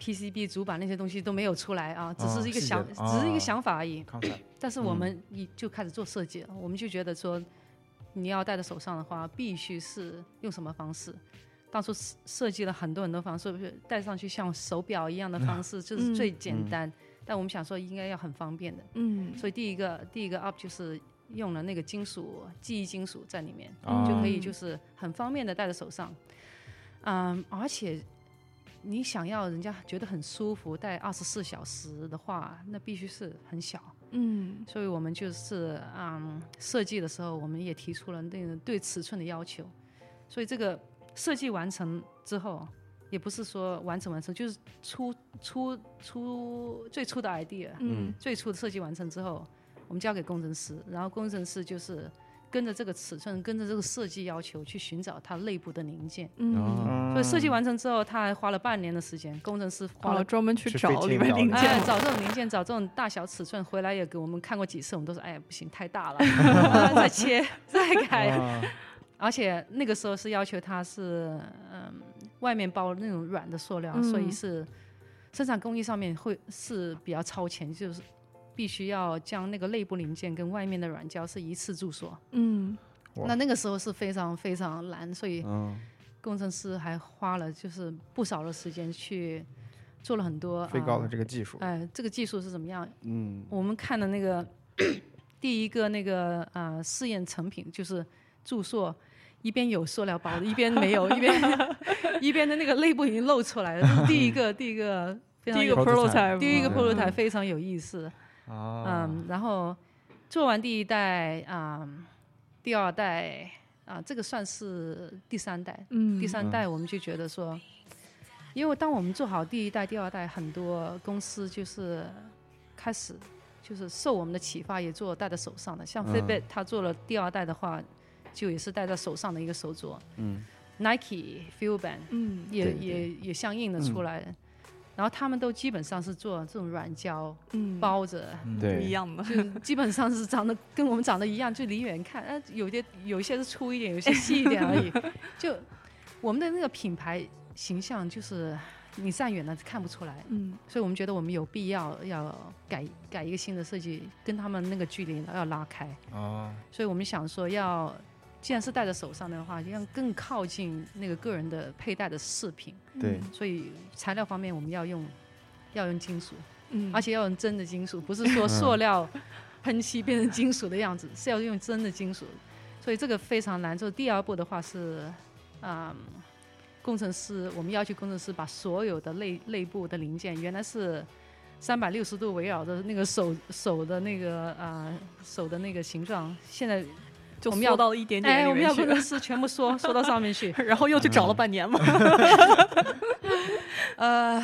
PCB 主板那些东西都没有出来啊，只
哦
是一个
细节
想，只是一
哦嗯
个想法而已。
看看
但是我们一就开始做设计了，我们就觉得说，你要戴在手上的话，必须是用什么方式。当初设设计了很多很多方式，比如戴上去像手表一样的
[LAUGHS]
方式，就是
嗯
最简单。但我们想说，应该要很方便的。
嗯
所以第一个第一个 up 就是用了那个金属记忆金属在里面，
啊
就可以
嗯
就是很方便的戴在手上。嗯，而且你想要人家觉得很舒服，戴二十四小时的话，那必须是很小。
嗯
所以我们就是嗯设计的时候，我们也提出了那个对尺寸的要求，所以这个设计完成之后，也不是说完成完成，就是出出出最初的 idea，
嗯
最初的设计完成之后，我们交给工程师，然后工程师就是跟着这个尺寸，跟着这个设计要求去寻找它内部的零件。
嗯，
啊
所以设计完成之后，他还花了半年的时间，工程师花
好
了
了，专门去
去
找
飞机
里面
找
零
的
件
哎，
嘛，
找这种零件，找这种大小尺寸，回来也给我们看过几次，我们都说，哎呀，不行，太大了，啊再切， [LAUGHS] 再改。
啊
而且那个时候是要求它是，嗯，外面包那种软的塑料，所以
嗯
是生产工艺上面会是比较超前，就是必须要将那个内部零件跟外面的软胶是一次注塑。
嗯
哇
那那个时候是非常非常难，所以
嗯，
工程师还花了就是不少的时间去做了很多
飞高的
呃
这个技术，
哎，这个技术是怎么样？
嗯，
我们看的那个 [CLEARS THROAT] 第一个那个啊、呃试验成品，就是注塑，一边有塑料包的，一边没 [LAUGHS] 有，一边一边的那个内部已经露出来了。这是第一个， [LAUGHS] 第一个非
第
常
一
有
个 prototype，
prototype，
第一个
嗯
prototype 非常有意思。
啊，
嗯，然后做完第一代啊、第二代啊、这个算是第三代，
嗯
第三
嗯
代我们就觉得说，因为当我们做好第一代、第二代，很多公司就是开始就是受我们的启发，也做戴在手上的。像
嗯
Fitbit，它做了第二代的话，就也是戴在手上的一个手镯。
嗯
，Nike Fuelband
嗯
也
对嗯
也也相应的出来，然后他们都基本上是做这种软胶
嗯
包着。
嗯
不一
对，
样的，
就 [LAUGHS] 基本上是长得跟我们长得一样，就离远看，呃，有些有一些是粗一点，有些细一点而已。就我们的那个品牌形象，就是你站远了看不出来，
嗯
所以我们觉得我们有必要要改改一个新的设计，跟他们那个距离要拉开。
啊，
所以我们想说要。既然是戴在手上的话，要更靠近那个个人的佩戴的饰品，
[LAUGHS] 对
所以材料方面我们要用要用金属，
嗯，
而且要用真的金属，不是说塑料喷漆变成金属的样子， [LAUGHS] 是要用真的金属，所以这个非常难。就第二步的话是，嗯，工程师我们要求工程师把所有的内内部的零件，原来是三百六十度围绕着那个手手的那个啊、呃手的那个形状，现在
就
我们要
缩到一点点
哎，
里
我们
面
要
去
工，程师全部缩缩到上面去。
[LAUGHS] 然后又去找了半年嘛。
呃，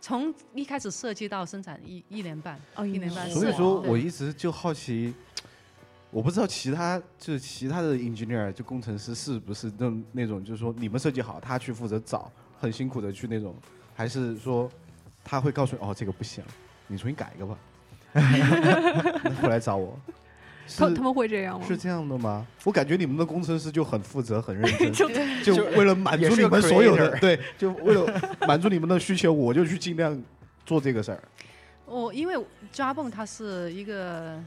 从一开始设计到生产一一年半，
[LAUGHS] 哦
一年半
所以
是
说
对
我一直就好奇，我不知道其他就是其他的 engineer 就工程师是不是那种那种就是说你们设计好，他去负责找，很辛苦的去那种，还是说他会告诉你哦这个不行，你重新改一个吧， [LAUGHS] 那回来找我。
他他
是
们会这样吗？
是这样的吗？我感觉你们的工程师就很负责、很认真，
[LAUGHS] 就
就
就
为了满
也
足
是
你
个
们所有的
creator
对，就为了满足你们的需求，我就去尽量做这个事儿。
我哦因为 Jabon 它是一个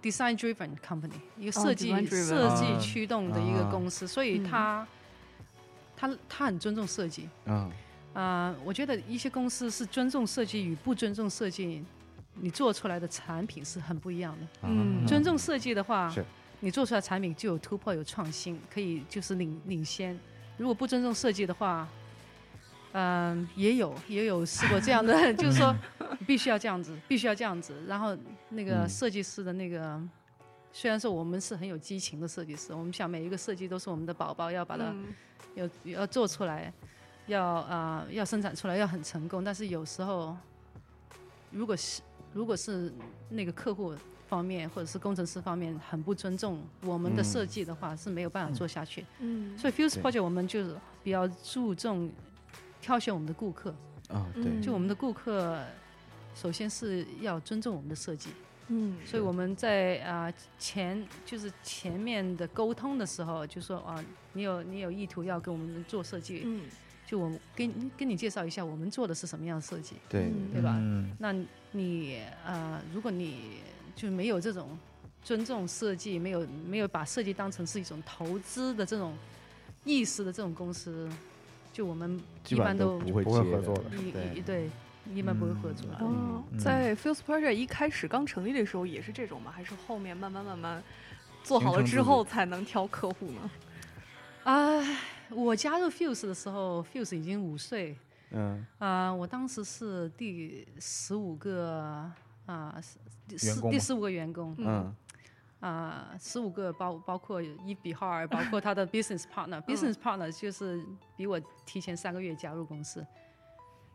design driven company，一个设计、
哦 design driven
设计
啊
驱动的一个
啊
公司，所以
嗯
它、它它很尊重设计。
嗯，
啊、我觉得一些公司是尊重设计与不尊重设计，你做出来的产品是很不一样的。
嗯
啊
尊重设计的话
是，
你做出来的产品就有突破、有创新，可以就是领领先。如果不尊重设计的话，嗯、也有也有试过这样的，就是说必须要这样子，必须要这样子。然后那个
嗯
设计师的那个，虽然说我们是很有激情的设计师，我们想每一个设计都是我们的宝宝，要把它
嗯
要要做出来，要啊、要生产出来，要很成功。但是有时候，如果是如果是那个客户方面或者是工程师方面很不尊重我们的
嗯
设计的话，是没有办法做下去。
嗯，
所以 Fuse
对
Project 我们就是比较注重挑选我们的顾客，
啊，对，
嗯
就我们的顾客。首先是要尊重我们的设计，
嗯
所以我们在啊、前就是前面的沟通的时候就说啊，你有你有意图要给我们做设计，
嗯
就我跟你跟你介绍一下，我们做的是什么样的设计，
对
嗯
对吧？
嗯，
那你呃，如果你就没有这种尊重设计，没有没有把设计当成是一种投资的这种意识的这种公司，就我们
基
一
本
般
上
都
不会
不会
接
合作的
一一
对
对一般不会合作的。
哦
嗯，
在 Fuse Project 一开始刚成立的时候也是这种吗？还是后面慢慢慢慢做好了之后才能挑客户呢？
啊、我加入 Fuse 的时候，Fuse 已经五岁，
嗯
啊、我当时是第十五个啊、是第
员
四
工
第
吗
十五个员工，
嗯
啊，十五个包包括伊比哈尔，包括他的 business partner，business partner 就是比我提前三个月加入公司。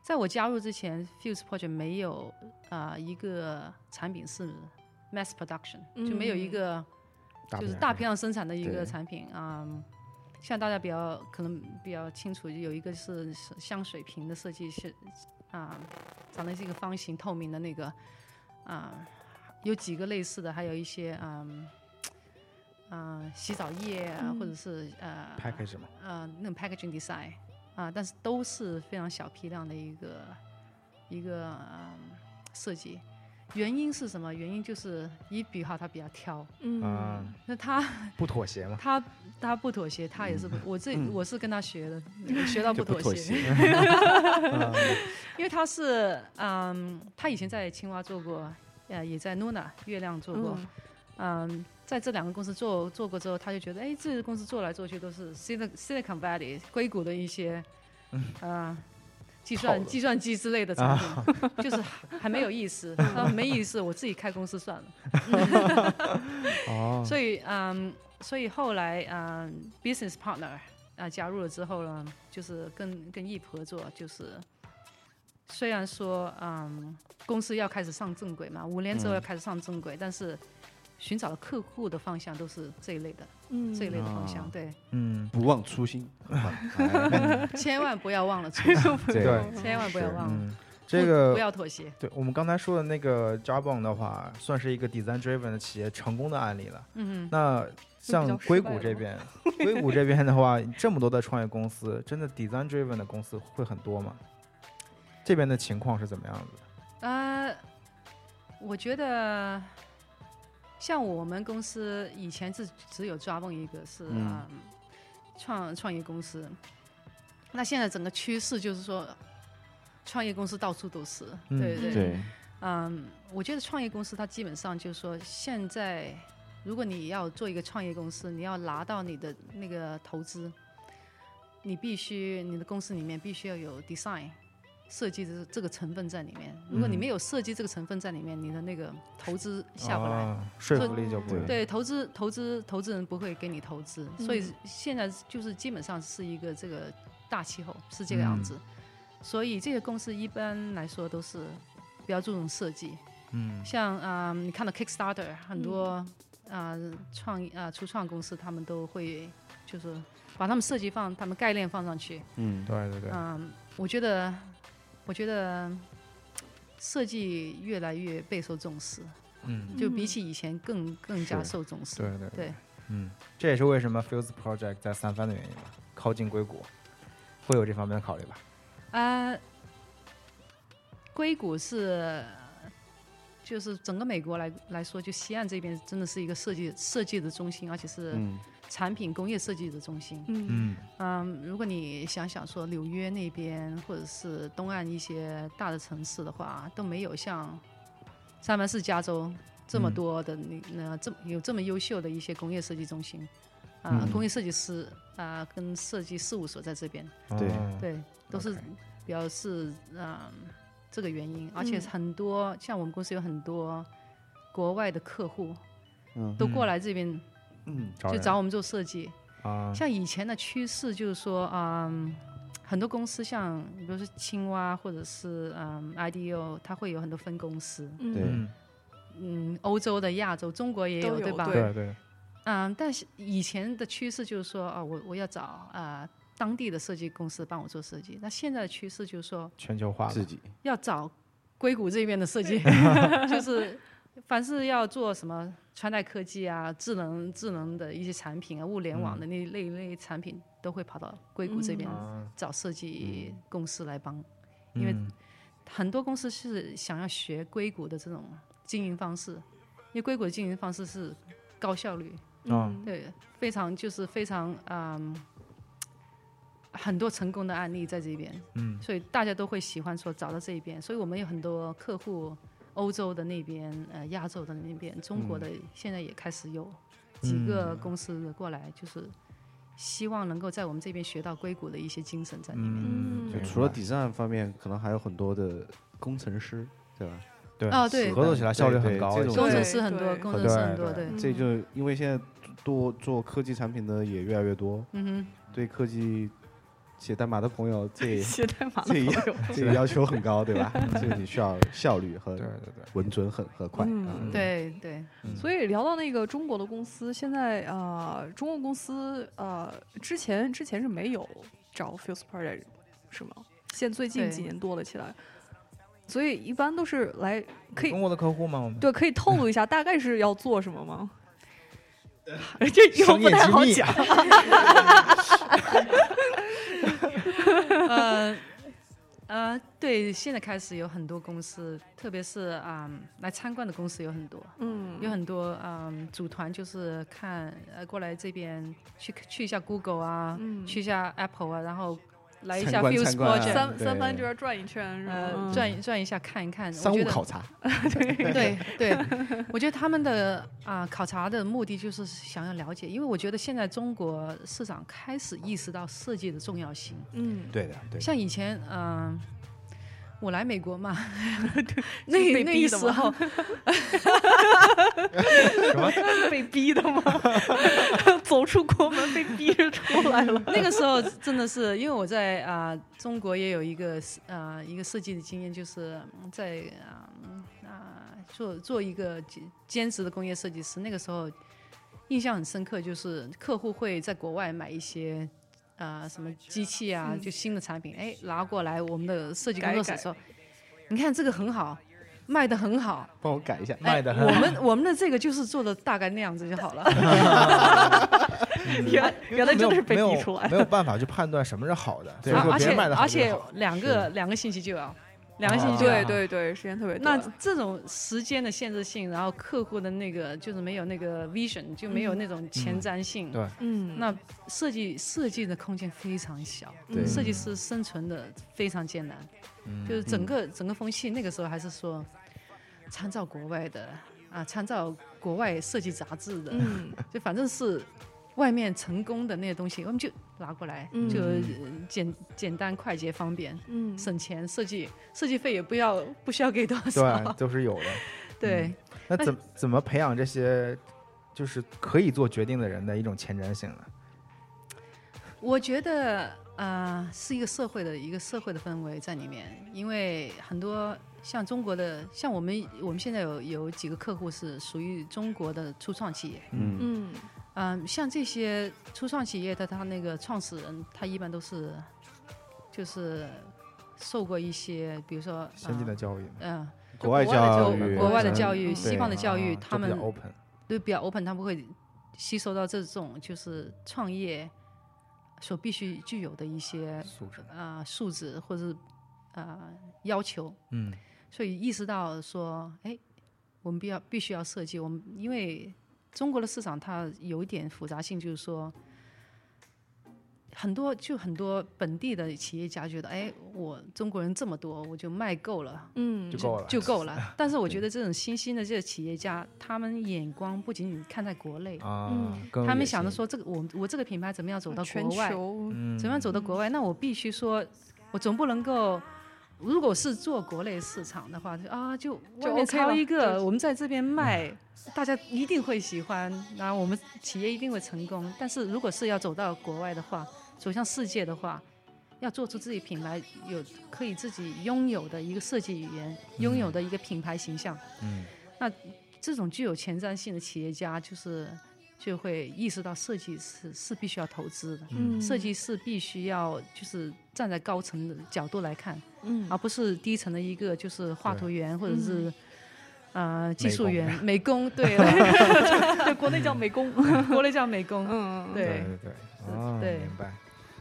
在我加入之前，Fuse Project 没有啊、一个产品是 mass production，、就没有一
嗯
个就是大
大
批量生产的一个
对
产品啊。嗯像大家比较可能比较清楚，有一个是是像水瓶的设计是啊、长得是一个方形透明的那个啊、有几个类似的，还有一些啊啊、洗澡液啊，
嗯
或者是呃
package 嘛，
呃那种 packaging design 啊、但是都是非常小批量的一个一个、嗯设计。原因是什么？原因就是伊比哈他比较挑，
啊，
那他
不妥协嘛，
他他不妥协，他也是不，我这我是跟他
[LAUGHS]
学的，学到不
嗯就不
妥
妥
协，
协
[LAUGHS]
嗯
因为他是嗯，他以前在青蛙做过，呃，也在 Luna 月亮做过，嗯在这两个公司做做过之后，他就觉得，哎，这个公司做来做去都是 Silicon Silicon Valley 硅谷的一些，
嗯
啊、计算
套路
计算机之类的
啊
产品， [LAUGHS] 就是还没有
[LAUGHS]
意思，他说没意思，我自己开公司算了。
哦，
[LAUGHS] 所以嗯，所以后来嗯，business partner 啊、加入了之后呢，就是跟跟 EP 合作，就是虽然说嗯，公司要开始上正轨嘛，五年
嗯
之后要开始上正轨，但是寻找的客户的方向都是这一类的，
嗯
这一类的方
啊
向，对，
嗯，
不忘初 [LAUGHS] 心，很棒哎
千万不要忘了初
[LAUGHS]
衷，
对，
千万不要
是
忘了，
嗯，这
不
个
不要妥协，
对我们刚才说的那个 Jabon 的话，算是一个 design driven 的企业成功的案例了。
嗯哼，
那像硅谷这边，硅谷这边的话，这么多的创业公司，真的 design driven 的公司会很多吗？这边的情况是怎么样子？
呃，我觉得。像我们公司以前是只有抓梦一个是、
嗯
啊创创业公司，那现在整个趋势就是说，创业公司到处都是，
嗯
对对
对，
嗯，我觉得创业公司它基本上就是说，现在如果你要做一个创业公司，你要拿到你的那个投资，你必须你的公司里面必须要有 design 设计的这个成分在里面。如果你
嗯
没有设计这个成分在里面，你的那个投资下不来。
啊，说服力就不一样。
对，投资投资投资人不会给你投资，所以
嗯
现在就是基本上是一个这个大气候是这个样
嗯
子，所以这些公司一般来说都是比较注重设计，
嗯
像啊、呃你看到 Kickstarter 很多啊、
嗯
呃创意啊、初创公司，他们都会就是把他们设计放，他们概念放上去。
嗯，
对对对，
嗯、我觉得，我觉得设计越来越备受重视，
嗯，
就
嗯
比起以前更更加
是
受重视。
对对
对，
嗯，这也是为什么 Fuse Project 在三藩的原因吧，靠近硅谷，会有这方面的考虑吧？
啊，硅谷是就是整个美国来来说，就西岸这边真的是一个设计设计的中心，而且是
嗯
产品工业设计的中心。
嗯，
嗯，如果你想想说纽约那边或者是东岸一些大的城市的话，都没有像三藩市加州这么
嗯
多的那那这么有这么优秀的一些工业设计中心，啊、
嗯
工业设计师啊、跟设计事务所在这边，
对
哦，
对，都是
OK
比较是嗯这个原因，而且
嗯
很多、像我们公司有很多国外的客户
嗯
都过
嗯
来这边、
嗯
就
人
找我们做设计，
啊，
像以前的趋势就是说，嗯，很多公司像比如说青蛙或者是嗯 IDEO，它会有很多分公司，
嗯
对
嗯，
嗯，欧洲的、亚洲、中国也
都
有，
有
对吧？
对
对对，
嗯，但是以前的趋势就是说，啊，我我要找啊、当地的设计公司帮我做设计。那现在的趋势就是说，
全球化了
自己
要找硅谷这边的
[LAUGHS]
设计，就是凡是要做什么穿戴科技啊、智能智能的一些产品啊、物联网的那那一类产品，都会跑到硅谷这边
嗯
啊，
找设计公司来帮。因为
嗯
很多公司是想要学硅谷的这种经营方式，因为硅谷的经营方式是高效率，
嗯
对，非常就是非常嗯。很多成功的案例在这边，
嗯
所以大家都会喜欢说找到这一边，所以我们有很多客户，欧洲的那边，呃，亚洲的那边，中国的现在也开始有几个公司过来，就是希望能够在我们这边学到硅谷的一些精神在里面。
嗯
就除了 design 方面，可能还有很很多的工程师，对吧？
对
哦对
合作起来效率很高，
对对这种
工程
对
师很多，
对
工程师很多，
对
嗯
对，
这就因为现在多做科技产品的也越来越多，
嗯
对科技写代码的朋友，这也
[LAUGHS] 写代码的
这也
朋友，
这也要求很高，对吧？这个你需要效率和
对对
[LAUGHS]
对，
稳准很和快。
嗯
啊
哼，对对，
所以聊到那个中国的公司，现在呃，中国公司呃，之前之前是没有找 Fuse Project 是吗？现最近
对
几年多了起来，所以一般都是来可以
中国的客户吗？
[LAUGHS]
我们
对，可以透露一下大概是要做什么吗？[LAUGHS]
呃
这又不太好讲，
呃呃，对，现在开始有很多公司，特别是啊、来参观的公司有很多，
嗯，
有很多嗯组团就是看呃过来这边去去一下 Google 啊，
嗯
去一下 Apple 啊，然后来一
参
下
观
Fuse
参观啊
[LAUGHS]
Project，、
三
对
三番这边转一圈是
呃
吧？
转一转一下看一看。
商
我
务
觉得
考察，
对对，我觉得他们的啊、考察的目的就是想要了解，因为我觉得现在中国市场开始意识到设计的重要性。
嗯，
对的，对
[LAUGHS]
像以前，嗯、我来美国嘛， [LAUGHS]
是
那
被
那
逼
个
的
时
吗
[LAUGHS] 候，
[LAUGHS] 被逼的吗？走出国门被逼着出来了。
那个时候真的是，因为我在啊、中国也有一个啊、一个设计的经验，就是嗯在啊啊、做做一个兼兼职的工业设计师。那个时候印象很深刻，就是客户会在国外买一些。啊、什么机器啊，
嗯
就新的产品，哎，拿过来我们的设计
改
工
一
作室
改
说，你看这个很好，卖的很好，
帮我改一下。
卖的
哎、
[LAUGHS]
[LAUGHS] 我们我们的这个就是做的大概那样子就好了。
嗯
原原来真的是被
没有
逼出来
[LAUGHS]
没有办法去判断什么是好的，所以
啊
说
而
别
且
人卖的好
而
就
且
好
两个两个星期就要，两个
啊
星期就要。
对对对，时间特别
那
短
这种时间的限制性，然后客户的那个就是没有那个 vision，就没有那种前瞻性。
对
嗯
那设计设计的空间非常小，嗯
对
设计师生存的非常艰难，
嗯
就是整个整个风气那个时候还是说，参照国外的啊，参照国外设计杂志的，
嗯
就反正是外面成功的那些东西，我们就拿过来，
嗯
就呃简简单、快捷、方便，
嗯，
省钱。设计设计费也不要不需要给多
对，
少，
都是有
[LAUGHS]
的。
嗯
对，
那怎怎么培养这些就是可以做决定的人的一种前瞻性呢？
我觉得呃是一个社会的一个社会的氛围在里面，因为很多像中国的，像我们我们现在有有几个客户是属于中国的初创企业，
嗯
嗯
嗯，像这些初创企业的，他那个创始人，他一般都是就是受过一些，比如说
先进的，教育嘛，
嗯、呃
国
就
外
国外的
教
就
育，
国外的
嗯
教育、
嗯
西方的
对
教育，
啊
他
就比较
们
open，
都比较 open，他们会吸收到这种就是创业所必须具有的一些
素质，
啊、呃素质或者是啊、呃要求，
嗯，
所以意识到说，哎，我们必要必须要设计我们，因为中国的市场它有一点复杂性，就是说，很多就很多本地的企业家觉得，哎，我中国人这么多，我就卖够了。
嗯
就够了，
就够了，但是我觉得这种新兴的这些企业家，他们眼光不仅仅看在国内，
啊
嗯，
更
他
有
们
野
想着
心，
说这个我我这个品牌怎么样走到
全
国外，
球
嗯，
怎么样走到国外？那我必须说，我总不能够，如果是做国内市场的话，就啊就
就
外面
OK
抄
了
一个，
就
我们在这边卖，大家一定会喜欢，然后我们企业一定会成功。但是如果是要走到国外的话，走向世界的话，要做出自己品牌有可以自己拥有的一个设计语言，
嗯
拥有的一个品牌形象。
嗯，
这种具有前瞻性的企业家，就是就会意识到设计是是必须要投资的。
嗯
设计师必须要就是站在高层的角度来看，
嗯
而不是低层的一个就是画图员或者是、呃技
美
术
工
员、美工，
[LAUGHS]
对了，
[LAUGHS] 对国内叫美工，
国内叫美工， [LAUGHS]
嗯，
对
对对对，哦，
对
明白，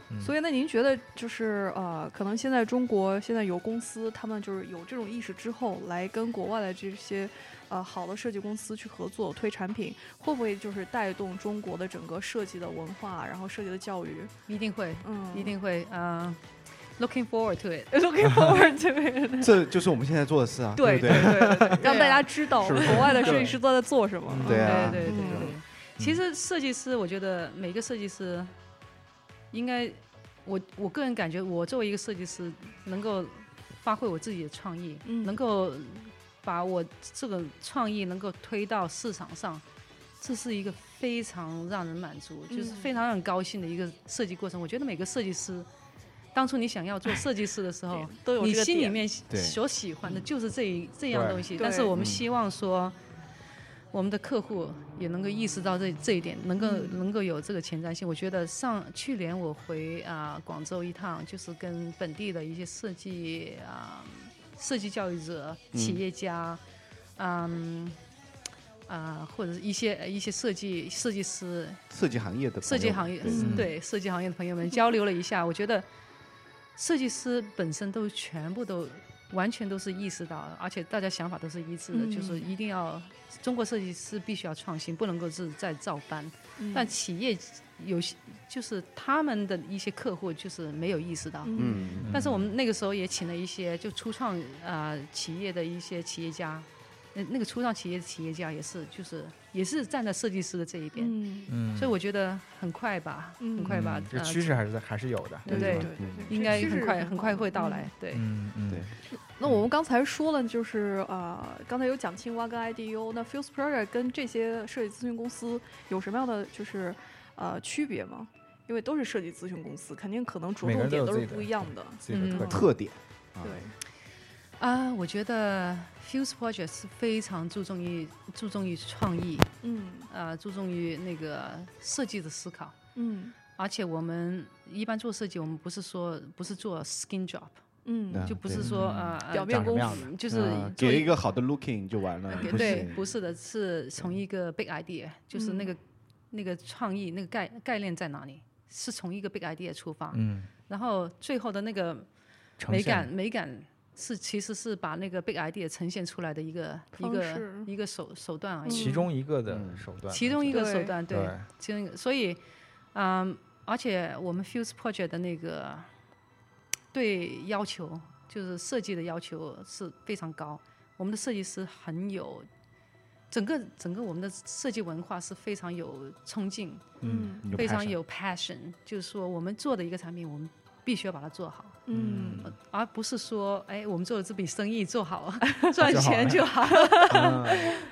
嗯
所以，那您觉得就是呃，可能现在中国现在有公司，他们就是有这种意识之后，来跟国外的这些呃好的设计公司去合作推产品，会不会就是带动中国的整个设计的文化，然后设计的教育？
一定会，
嗯，
一定 [LAUGHS] 会，啊 l o o k i n g forward to it，
looking forward [LAUGHS] to it，
这就是我们现在做的事啊，
对
不对？
对对对，
[LAUGHS] 让大家知道
是不是
国外的设计师都在做什么。
对啊
对对对
嗯
对。其实设计师，我觉得每个设计师应该，我我个人感觉，我作为一个设计师，能够发挥我自己的创意，
嗯
能够把我这个创意能够推到市场上，这是一个非常让人满足，就是
嗯
非常让人高兴的一个设计过程。我觉得每个设计师，当初你想要做设计师的时
嗯
候，
哦都有
你
这个
心里
点
面
对
所喜欢的就是这一这样
对
东西，
对
但是我们
嗯
希望说，我们的客户也能够意识到这这一点，能够
嗯
能够有这个前瞻性。我觉得上去年我回啊、广州一趟，就是跟本地的一些设计啊、设计教育者、
嗯
企业家，嗯。啊、或者是一些一些设计设计师，
设计行业的朋友
设计行业
对
嗯
对设计行业的朋友们交流了一下，我觉得设计师本身都全部都完全都是意识到，而且大家想法都是一致的，
嗯
就是一定要中国设计师必须要创新，不能够是在照搬。
嗯
但企业有些就是他们的一些客户就是没有意识到。
嗯
嗯，
但是我们那个时候也请了一些就初创啊、呃企业的一些企业家，呃那那个初创企业的企业家也是就是也是站在设计师的这一边，
嗯
嗯，
所以我觉得很快吧，
嗯
很快吧
嗯，这
呃
个趋势还是在还是有的，
对
对
对
嗯
对，
应该
趋势
很快
是
很快会到来。对，
嗯嗯
对
那我们刚才说了，就是呃，刚才有讲青蛙跟 IDU，那 Fuse Project 跟这些设计咨询公司有什么样的就是呃区别吗？因为都是设计咨询公司，肯定可能着
每个
重
人都
点
有
都是
自己的
不一样的。
自己的
嗯
特点，
特点，啊
对，
啊，我觉得 Fuse Project 是非常注重于注重于创意，
嗯
呃，注重于那个设计的思考。
嗯
而且我们一般做设计，我们不是说不是做 skin job，
嗯
那
就不是
对
说
嗯
呃呃
表面
长什么
功
样
夫
的
就是
啊
做
给一个好的 looking 就完了，不
对，
行
不是的，是从一个 big idea，就是
嗯
那个那个创意那个概概念在哪里，是从一个 big idea 出发，
嗯，
然后最后的那个
呈
美
现
感，美感是其实是把那个 big idea 呈现出来的一个一
方
个
式
一个手手段而已，
其中一个的
嗯
手段，
其中一个手段，
对，
对，其中一个，所以，嗯，而且我们 Fuse Project 的那个对要求，就是设计的要求是非常高，我们的设计师很有整个整个我们的设计文化是非常有冲劲，
嗯，
你就
非
拍
常
上
有 passion，就是说我们做的一个产品，我们必须要把它做好，
嗯，
而不是说哎我们做了这笔生意做好赚钱就好，
嗯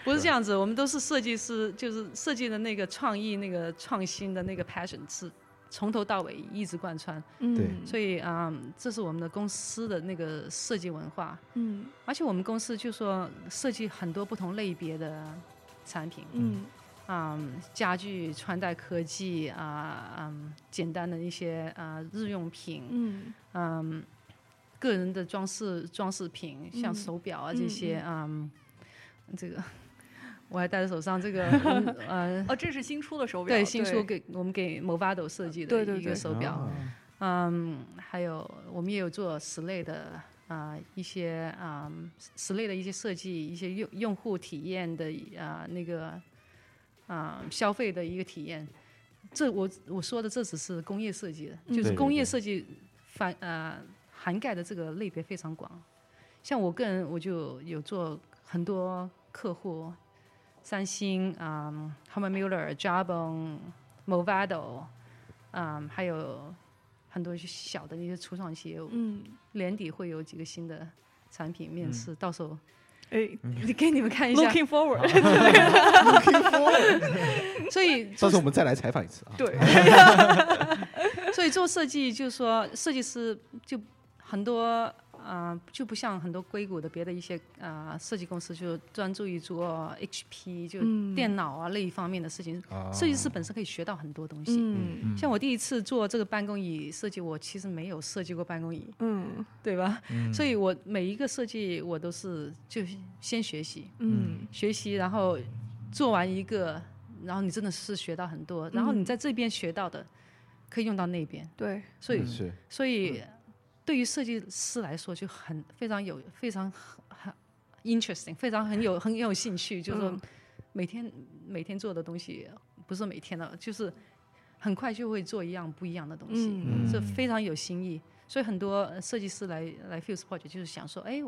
不是这样子，我们都是设计师，就是设计的那个创意、那个创新的那个 passion 是从头到尾一直贯穿，
嗯，
所以啊、嗯这是我们的公司的那个设计文化，
嗯
而且我们公司就说设计很多不同类别的产品，
嗯
嗯，家具、穿戴科技啊、嗯，简单的一些啊日用品，
嗯
嗯，个人的装饰装饰品，像
嗯
手表啊
嗯
这些，嗯，这个我还戴在手上，这
[LAUGHS]
个嗯呃，
哦，这是新出的手表，
对，新书给我们给 Movado 设计
对
的
对
一个
对
手
哦
表，
啊
嗯，还有我们也有做室内的啊、一些啊、室内的一些设计，一些用用户体验的啊、那个啊、消费的一个体验。这我我说的这只是工业设计的，
嗯
就是
对
工
对
业
对
设计反呃涵盖的这个类别非常广。像我个人我就有做很多客户，三星啊、h e r m a n Miller、Jabon、Movado，嗯，还有很多小的一些初创企业，
嗯，
年底会有几个新的产品面试，到时候
哎
给你们看一下。
，looking forward，
所以，
到时候我们再来采访一次啊。
对，
所以做设计就是说，设计师就很多啊、呃就不像很多硅谷的别的一些啊、呃设计公司，就专注于做 HP 就
嗯
电脑啊那一方面的事情。
啊
设计师本身可以学到很多东西。
[LAUGHS] 嗯
像我第一次做这个办公椅设计，我其实没有设计过办公椅，
嗯
对吧？
嗯
所以我每一个设计我都是就是先学习，
嗯
学习，然后做完一个，然后你真的是学到很多，然后你在这边学到的可以用到那边，
对，
所以
是
所
嗯
以对于设计师来说就很非常有非常很很 interesting，非常很有很有兴趣，就是说
嗯
每天每天做的东西不是每天了，就是很快就会做一样不一样的东西，
嗯
是非常有新意。所以很多呃设计师来来 Fuse Project 就是想说，哎，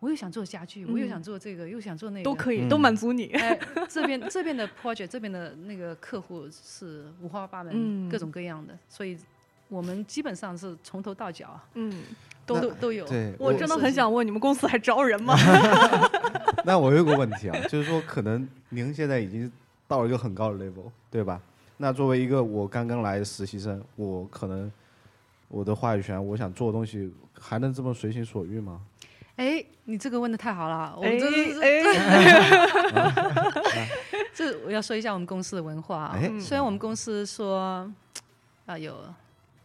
我又想做家具，我又
嗯
想做这个，又想做那个，
都可以，
嗯
都满足你，
哎，这边这边的 project，这边的那个客户是五花八门，
嗯
各种各样的，所以我们基本上是从头到脚啊
嗯，
都
那
都都有。
对
我
我
真的很想问，你们公司还招人吗？
[LAUGHS] 那我有个问题啊，就是说，可能您现在已经到了一个很高的 level，对吧？那作为一个我刚刚来的实习生，我可能我的话语权，我想做的东西还能这么随心所欲吗？
哎，你这个问的太好了，我们
哎
这是、
哎，
[LAUGHS] 这我要说一下我们公司的文化啊。
哎
虽然我们公司说啊、有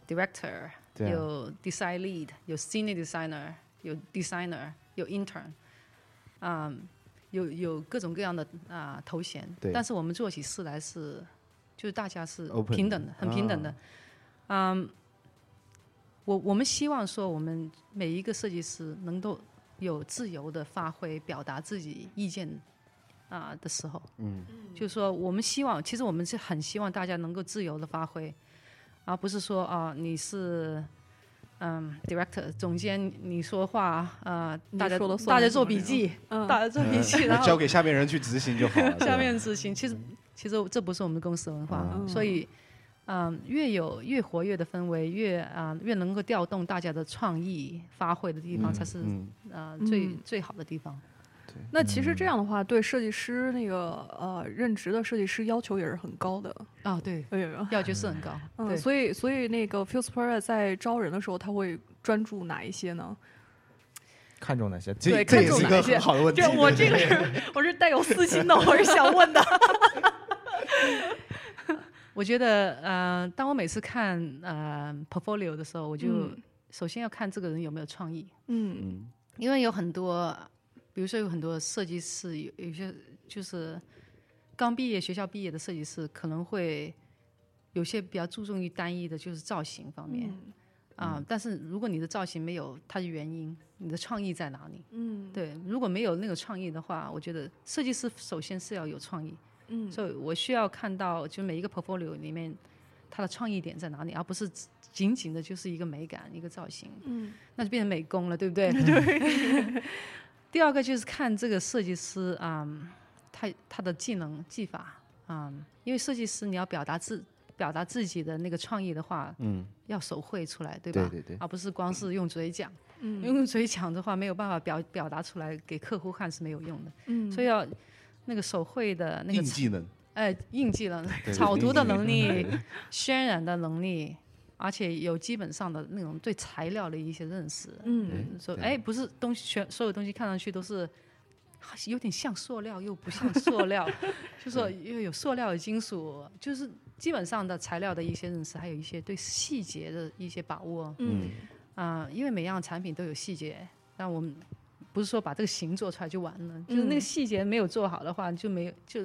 director，
对啊
有 design lead，有 senior designer，有 designer，有 intern，啊、有有各种各样的啊、头衔，
对
但是我们做起事来是，就是大家是
Open
平等的，很平等的，
啊
嗯，我我们希望说我们每一个设计师能够有自由的发挥、表达自己意见啊、的时候，
嗯，
就是说我们希望，其实我们是很希望大家能够自由的发挥，而不是说啊、你是。嗯，director 总监，你说话啊、
你
大家
说了
大
算
家
的
做
那
笔
种
记，
嗯
大家做笔记，然
那 [LAUGHS]
后
交给下面人去执行就好了。对吧
[LAUGHS] 下面执行。其实其实这不是我们公司文化，
嗯
所以嗯、越有越活跃的氛围，越啊、越能够调动大家的创意发挥的地方，才是、
嗯，
呃最、
嗯
最好的地方。
那其实这样的话，对设计师那个呃任职的设计师要求也是很高的，
啊，对，
哎呀，
要求是
[LAUGHS]
很高，
嗯，
对。
所以所以那个 Fuse Project 在招人的时候，他会专注哪一些呢？
看中哪
嗯
些？
这
对
这也
看重
是一
哪
个
些
很好的问题。嗯
这我
对
这个是我是带有私心的，我是想问的。
我觉得呃，当我每次看呃 portfolio 的时候，我就、
嗯
首先要看这个人有没有创意，
嗯
嗯，
因为有很多，比如说有很多设计师，有有些就是刚毕业学校毕业的设计师，可能会有些比较注重于单一的，就是造型方面
嗯
啊、但是如果你的造型没有它的原因，你的创意在哪里？
嗯，
对，如果没有那个创意的话，我觉得设计师首先是要有创意，
嗯
所以我需要看到就每一个 portfolio 里面它的创意点在哪里，而不是只仅仅的就是一个美感、一个造型。
嗯
那就变成美工 [LAUGHS] 了，对不对？对。第二个就是看这个设计师啊、嗯他他他的技能技法啊、嗯因为设计师你要表达自表达自己的那个创意的话，
嗯，
要手绘出来，对吧？
对对对，
而不是光是用嘴讲，
嗯
用嘴讲的话没有办法表表达出来给客户看是没有用的，
嗯，
所以要那个手绘的那
硬
个
技能，
呃印记能
对
力、草图的
对
能，力
对、
渲染的能力，而且有基本上的那种对材料的一些认识，
嗯
说
对
哎，不是东西全所有东西看上去都是啊有点像塑料，又不像
[LAUGHS]
塑料，就说又有塑料、有金属，就是基本上的材料的一些认识，还有一些对细节的一些把握
嗯
啊、因为每样产品都有细节，但我们不是说把这个形做出来就完了，就是那个
嗯
细节没有做好的话，就没有就。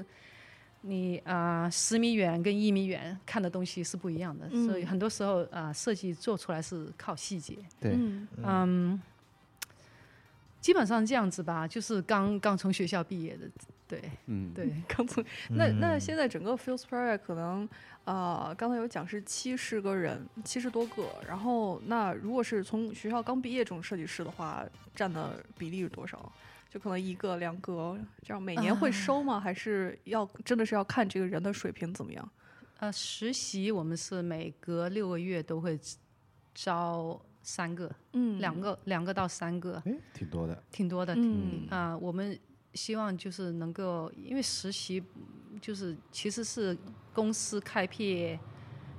你啊，十、米远跟一米远看的东西是不一样的，所以
嗯
很多时候啊、设计做出来是靠细节。
对
嗯
嗯，基本上这样子吧，就是刚刚从学校毕业的，对
嗯，
对，
刚从那那
嗯
现在整个 f i e l s Project 可能，呃，刚才有讲是七十个人，七十多个。然后那如果是从学校刚毕业这种设计师的话，占的比例是多少？就可能一个两个这样，每年会收吗？还是要真的是要看这个人的水平怎么样？
呃，实习我们是每隔六个月都会招三个，
嗯
两个两个到三个，
哎，挺多的，
挺多的。
嗯
啊、我们希望就是能够，因为实习嗯就是其实是公司开辟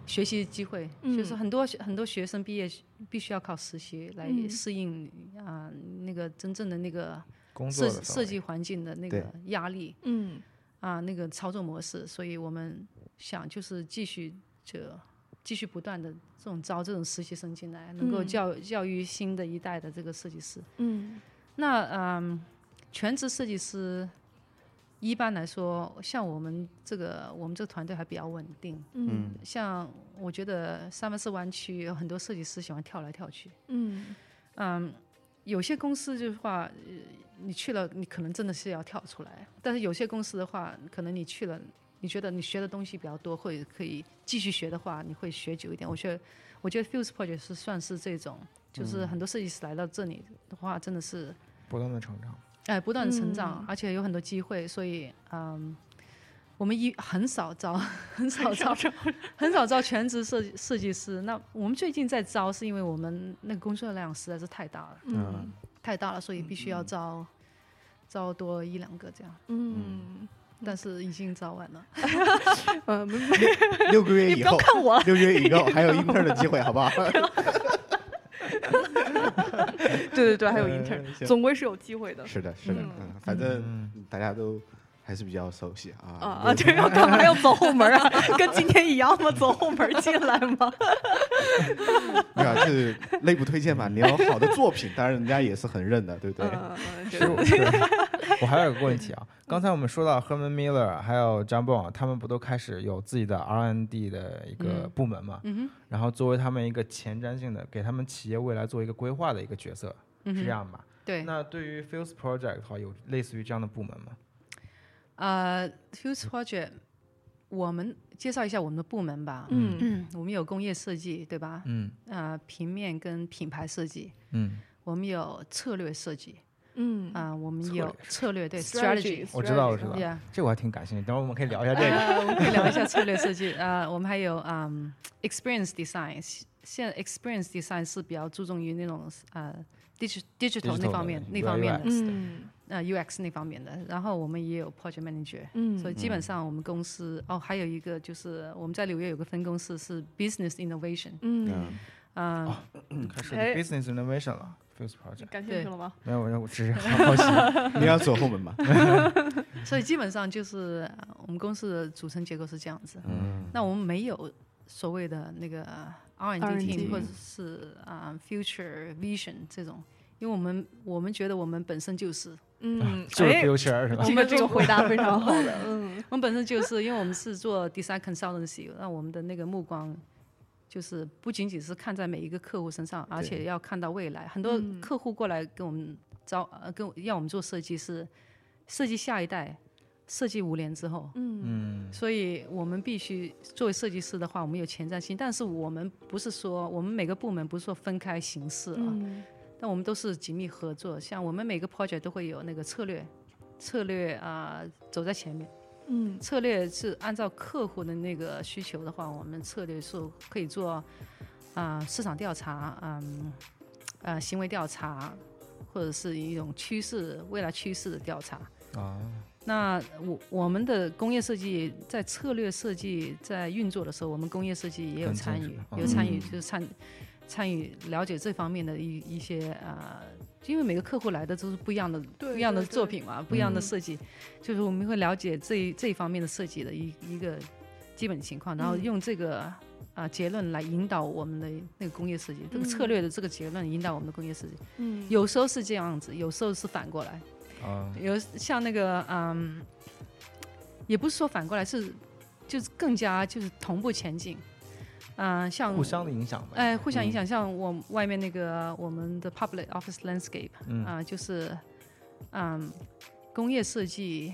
学习机会，就是
嗯
很多学很多学生毕业必须要靠实习来
嗯
适应啊、那个真正的那个
工作
设
的
计
时候
设计环境的那
对
个压力
嗯
啊、那个操作模式，所以我们想就是继续就继续不断的这种招这种实习生进来，能够
嗯
教、教育新的一代的这个设计师。
嗯
那嗯，全职设计师一般来说，像我们这个我们这个团队还比较稳定。
嗯
像我觉得三藩市湾区有很多设计师喜欢跳来跳去，
嗯
嗯，有些公司就是话，呃你去了，你可能真的是要跳出来；但是有些公司的话，可能你去了，你觉得你学的东西比较多，或者可以继续学的话，你会学久一点。我觉得，我觉得 Fuse Project 是算是这种，就是很多设计师来到这里的话，真的是
不断的成长，
哎，不断的成长，
嗯
而且有很多机会，所以嗯，我们一很少招，很少招，很少招全职设计设计师。那我们最近在招，是因为我们那个工作量实在是太大了，
嗯
太大了，所以必须要招、招多一两个这样，
嗯， [LAUGHS]
但是已经招完了。 [LAUGHS]
呃，没
六个月
你不
以
要
后，[LAUGHS]
看我，
六个月以后还有 intern 的机会，好不好？
对对对，还有 intern，
嗯行
总归是有机会的。
是的，是的，
嗯
嗯，反正
嗯
大家都还是比较熟悉啊。
啊啊！这要干嘛要走后门啊？跟今天一样吗？走后门进来吗？
对啊，就是内部推荐嘛，你有好的作品，当然人家也是很认的，对不对？
嗯，嗯
[LAUGHS]
是我是 [LAUGHS] 我还有个问题啊，刚才我们说到 Herman Miller 还有 John Bon，他们不都开始有自己的 R&D 的一个
嗯
部门嘛？
嗯哼，
然后作为他们一个前瞻性的，给他们企业未来做一个规划的一个角色，
嗯
是
哼
这，样吧？
对。
那对于 Fields Project 的话，有类似于这样的部门吗？
呃 f u s e Project，我们介绍一下我们的部门吧。
嗯
嗯，我们有工业设计，对吧？
嗯
呃，平面跟品牌设计，
嗯，
我们有策略设计，
嗯
啊、我们
策
有
略
策略对
strategy，
我知道我知道
strategy，
yeah，
这我还挺感兴趣，等会儿我们可以聊一下这个。
呃，我们可以聊一下策略设计，啊，我们还有嗯、experience design，现现在 experience design 是比较注重于那种呃 digital digital 那
Digital
方
的
面那
UI
方面的，
嗯
呃 UX 那方面的，然后我们也有 project manager，
嗯
所以基本上我们公司哦，还有一个就是我们在纽约有个分公司是 business innovation，
嗯
嗯，
啊、
开始
哎
business innovation 了，Fields
嗯
Project
感兴趣了吗？
没有，没有我只是很
[LAUGHS]
好奇。
你要走后门嘛？
所以基本上就是呃我们公司的组成结构是这样子。
嗯，
那我们没有所谓的那个 R and D
R&D
team 或者是啊、future vision 这种，因为我们我们觉得我们本身就是，
嗯，
啊就是 future 是吧
哎，？这个这个回答非常好的，嗯
我们本身就是因为我们是做 design consultancy，那我们的那个目光。就是不仅仅是看在每一个客户身上，而且要看到未来。很多
嗯
客户过来跟我们招，呃，跟我要我们做设计是设计下一代，设计五年之后，
嗯
嗯
所以我们必须作为设计师的话，我们有前瞻性，但是我们不是说我们每个部门不是说分开行事
[LAUGHS]
啊，
嗯
但我们都是紧密合作。像我们每个 project 都会有那个策略策略啊、走在前面。
嗯
策略是按照客户的那个需求的话，我们策略是可以做啊、市场调查，嗯，呃行为调查，或者是一种趋势未来趋势的调查。
啊，
那我我们的工业设计在策略设计在运作的时候，我们工业设计也有
跟啊进
参
是
与
吧，
有参与
嗯
就是参参与了解这方面的一一些呃，因为每个客户来的都是不一样的
对
不一样的
对对
作品嘛，不一样的
嗯
设计，就是我们会了解这一这一方面的设计的一一个基本情况，然后
嗯
用这个啊、结论来引导我们的那个工业设计，这个策
嗯
略的这个结论引导我们的工业设计，
嗯，
有时候是这样子，有时候是反过来。
啊，
有像那个嗯，也不是说反过来，是就是更加就是同步前进。嗯、像
互相的影响呗。
哎，互相影
嗯
响。像我外面那个我们的 public office landscape 啊、
嗯
就是嗯，工业设计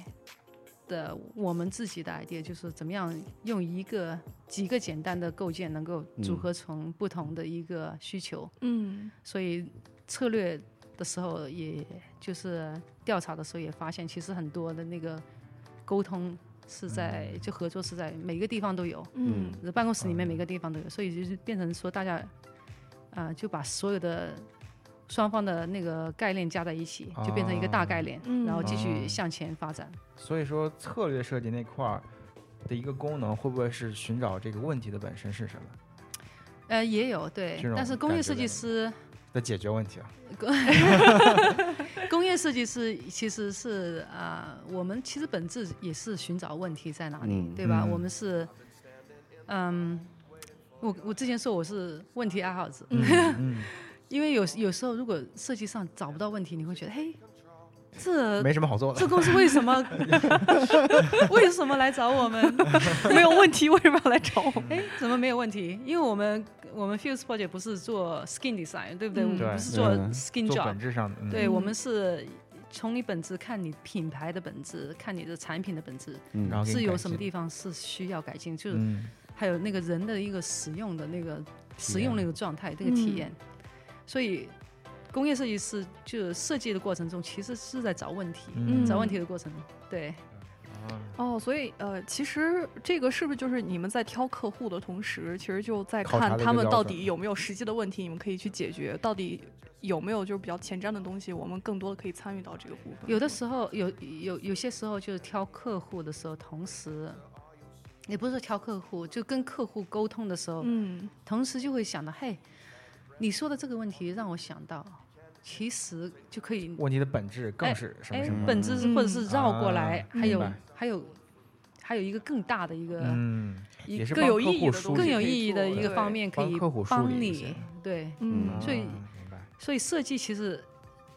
的我们自己的 idea，就是怎么样用一个几个简单的构件能够组
嗯
合成不同的一个需求。
嗯
所以策略的时候，也就是调查的时候也发现，其实很多的那个沟通是在、
嗯
就合作是在每个地方都有，
嗯
办公室里面每个地方都有，所以就是变成说大家啊、就把所有的双方的那个概念加在一起，就变成一个大
啊
概念，
嗯
然后继
哦
续向前发展。
所以说策略设计那块儿的一个功能，会不会是寻找这个问题的本身是什么
呃，也有对
这，种
但是工业
感觉
设计
的
师。
的解决问题啊？
工业设计师其实是啊、我们其实本质也是寻找问题在哪里，
嗯
对吧？
嗯
我们是，嗯，我我之前说我是问题爱好者， [LAUGHS]
嗯，
因为有有时候如果设计上找不到问题，你会觉得，嘿，这
没什么好做的
[LAUGHS] 这。公司为什么为什么来找我们？
嗯没有问题，为什么要来找我？
哎，怎么没有问题？因为我们我们 Fuse Project 不是做 skin design，对不对？
嗯
我们
对
不是做
嗯
skin
做
job，
本质上的，嗯
对，
嗯
我们是从你本质看你品牌的本质，看你的产品的本质，
嗯
然后给你
是有
改
什么
进
地方是需要改进，就是
嗯
还有那个人的一个使用的那个使用那个状态，这个
嗯
体验。所以，工业设计师就设计的过程中，其实是在找问题，
嗯
找问题的过程，对，
哦，所以呃，其实这个是不是就是你们在挑客户的同时，其实就在
考察
看
的一
他
个
们
标
到
准
底有没有实际的问题，你们可以去解决，到底有没有就是比较前瞻的东西，我们更多的可以参与到这个部分。
有的时候有有有些时候就是挑客户的时候，同时。也不是说挑客户，就跟客户沟通的时候，
嗯
同时就会想到，嘿，你说的这个问题让我想到，其实就可以，
问题的本质更是什么
哎
什么？，
本质是
嗯
或者是绕过来，
啊
还有
明白
还有还有一个更大的一个、
嗯，
一
也是
更
帮
有
有
客
意义
户
的
梳
东
理
更
西
有
可以
意义的
做
一个
对
方面可
帮
以
客户梳
帮
理一些
你，对，
嗯
嗯
哎所以
啊明白
所以设计其实。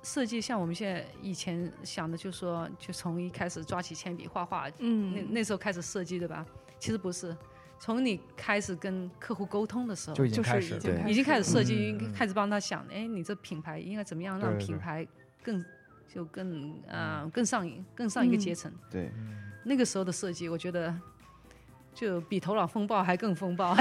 设计像我们现在以前想的，就是说，就从一开始抓起铅笔画画，那
嗯，
那时候开始设计，对吧？其实不是，从你开始跟客户沟通的时候，
就已经
就
开
是
始
已
了
经
对
呃已经开始设计，
嗯嗯
开始帮他想，哎，你这品牌应该怎么样
对
让
对对
品牌更就更啊、更上瘾，更上一个阶层。
对，
嗯
那个时候的设计，我觉得就比头脑风暴还更风暴。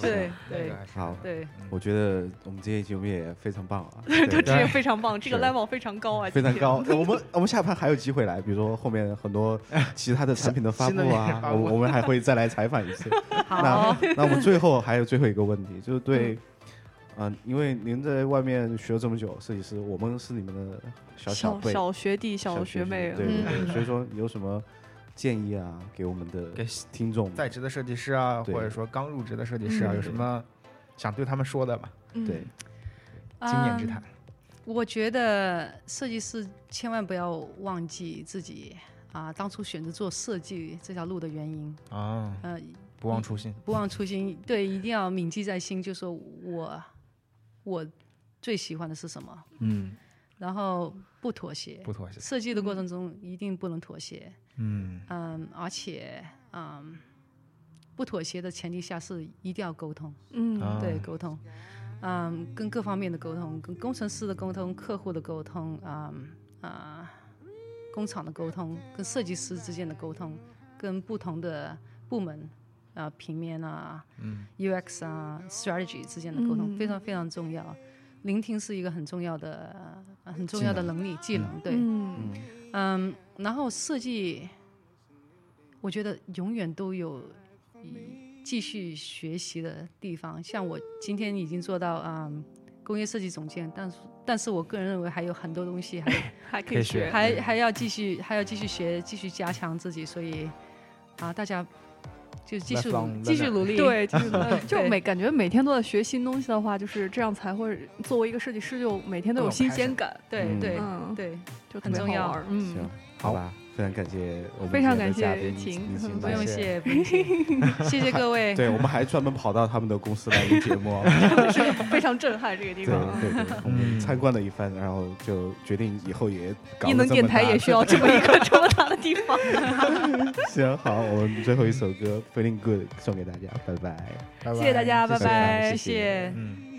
对
那
对
个还是
好
对，
我觉得我们这一节目也非常棒啊，
对， [LAUGHS] 这个
对
非常棒，这个
是
level 非常高啊，
非常
今天。
高。我们我们下盘还有机会来，比如说后面很多其他的产品的发布
新的
啊
发，布
我们我们还会再来采访一次。
好
那，那我们最后还有最后一个问题，就是对，嗯、因为您在外面学了这么久，设计师，我们是你们的小
小
辈、小
学弟、小学妹，啊
对对对，
嗯
所以说有什么建议啊，给我们的
给
听众？
在职的设计师啊，
对
或者说刚入职的设计师啊，
嗯
有什么想对他们说的吗？
嗯
对，
经验之
嗯
谈。
我觉得设计师千万不要忘记自己啊、当初选择做设计这条路的原因。
啊，
呃，
不忘初心。
不忘初心，对，一定要铭记在心。就说我我最喜欢的是什么，
嗯，
然后不妥协。
不妥协。
设计的过程中一定不能妥协，
嗯，
嗯，而且嗯，不妥协的前提下是一定要沟通，
嗯
啊
对，沟通，嗯，跟各方面的沟通，跟工程师的沟通，客户的沟通，嗯啊、工厂的沟通，跟设计师之间的沟通，跟不同的部门啊、平面啊、
嗯
UX 啊、strategy 之间的沟通、
嗯
非常非常重要。聆听是一个很重要的、呃很重要的能力技能，对，
嗯
嗯，
嗯，然后设计，我觉得永远都有嗯继续学习的地方。像我今天已经做到啊、嗯工业设计总监，但是但是我个人认为还有很多东西还
[LAUGHS] 还可
可以
以
学
学，
还还要继续，还要继续学，继续加强自己，所以啊，大家就继续
Lifelong
努继续
learner
努力。，
对，就是就
对
每感觉每天都在学新东西的话，就是这样才会作为一个设计师，就每天都
更有
有新
开
鲜
始
感，
对
嗯
对
嗯，
对，
就特
很
别
重
好
要
玩儿。
嗯
行，
好
好吧，非常感谢我们
非常
今天的
感谢
嘉宾
秦
李
嗯
晴
不
来
用
谢
谢，不用谢，谢谢各
[LAUGHS]
位。
对，我们还专门跑到他们的公司来录节
[LAUGHS]
目，
哎非常震撼这个地
对
方。
对
[LAUGHS]
对，我们参观了一番，然后就决定以后也搞
异
了
能
这
电
么
台
大
也需要这么一个这么大的地方。
行。好，我们最后一首歌《Feeling Good》送给大家，拜拜。
拜
谢谢大
拜
家，拜
谢谢谢
拜，
谢
谢。
嗯。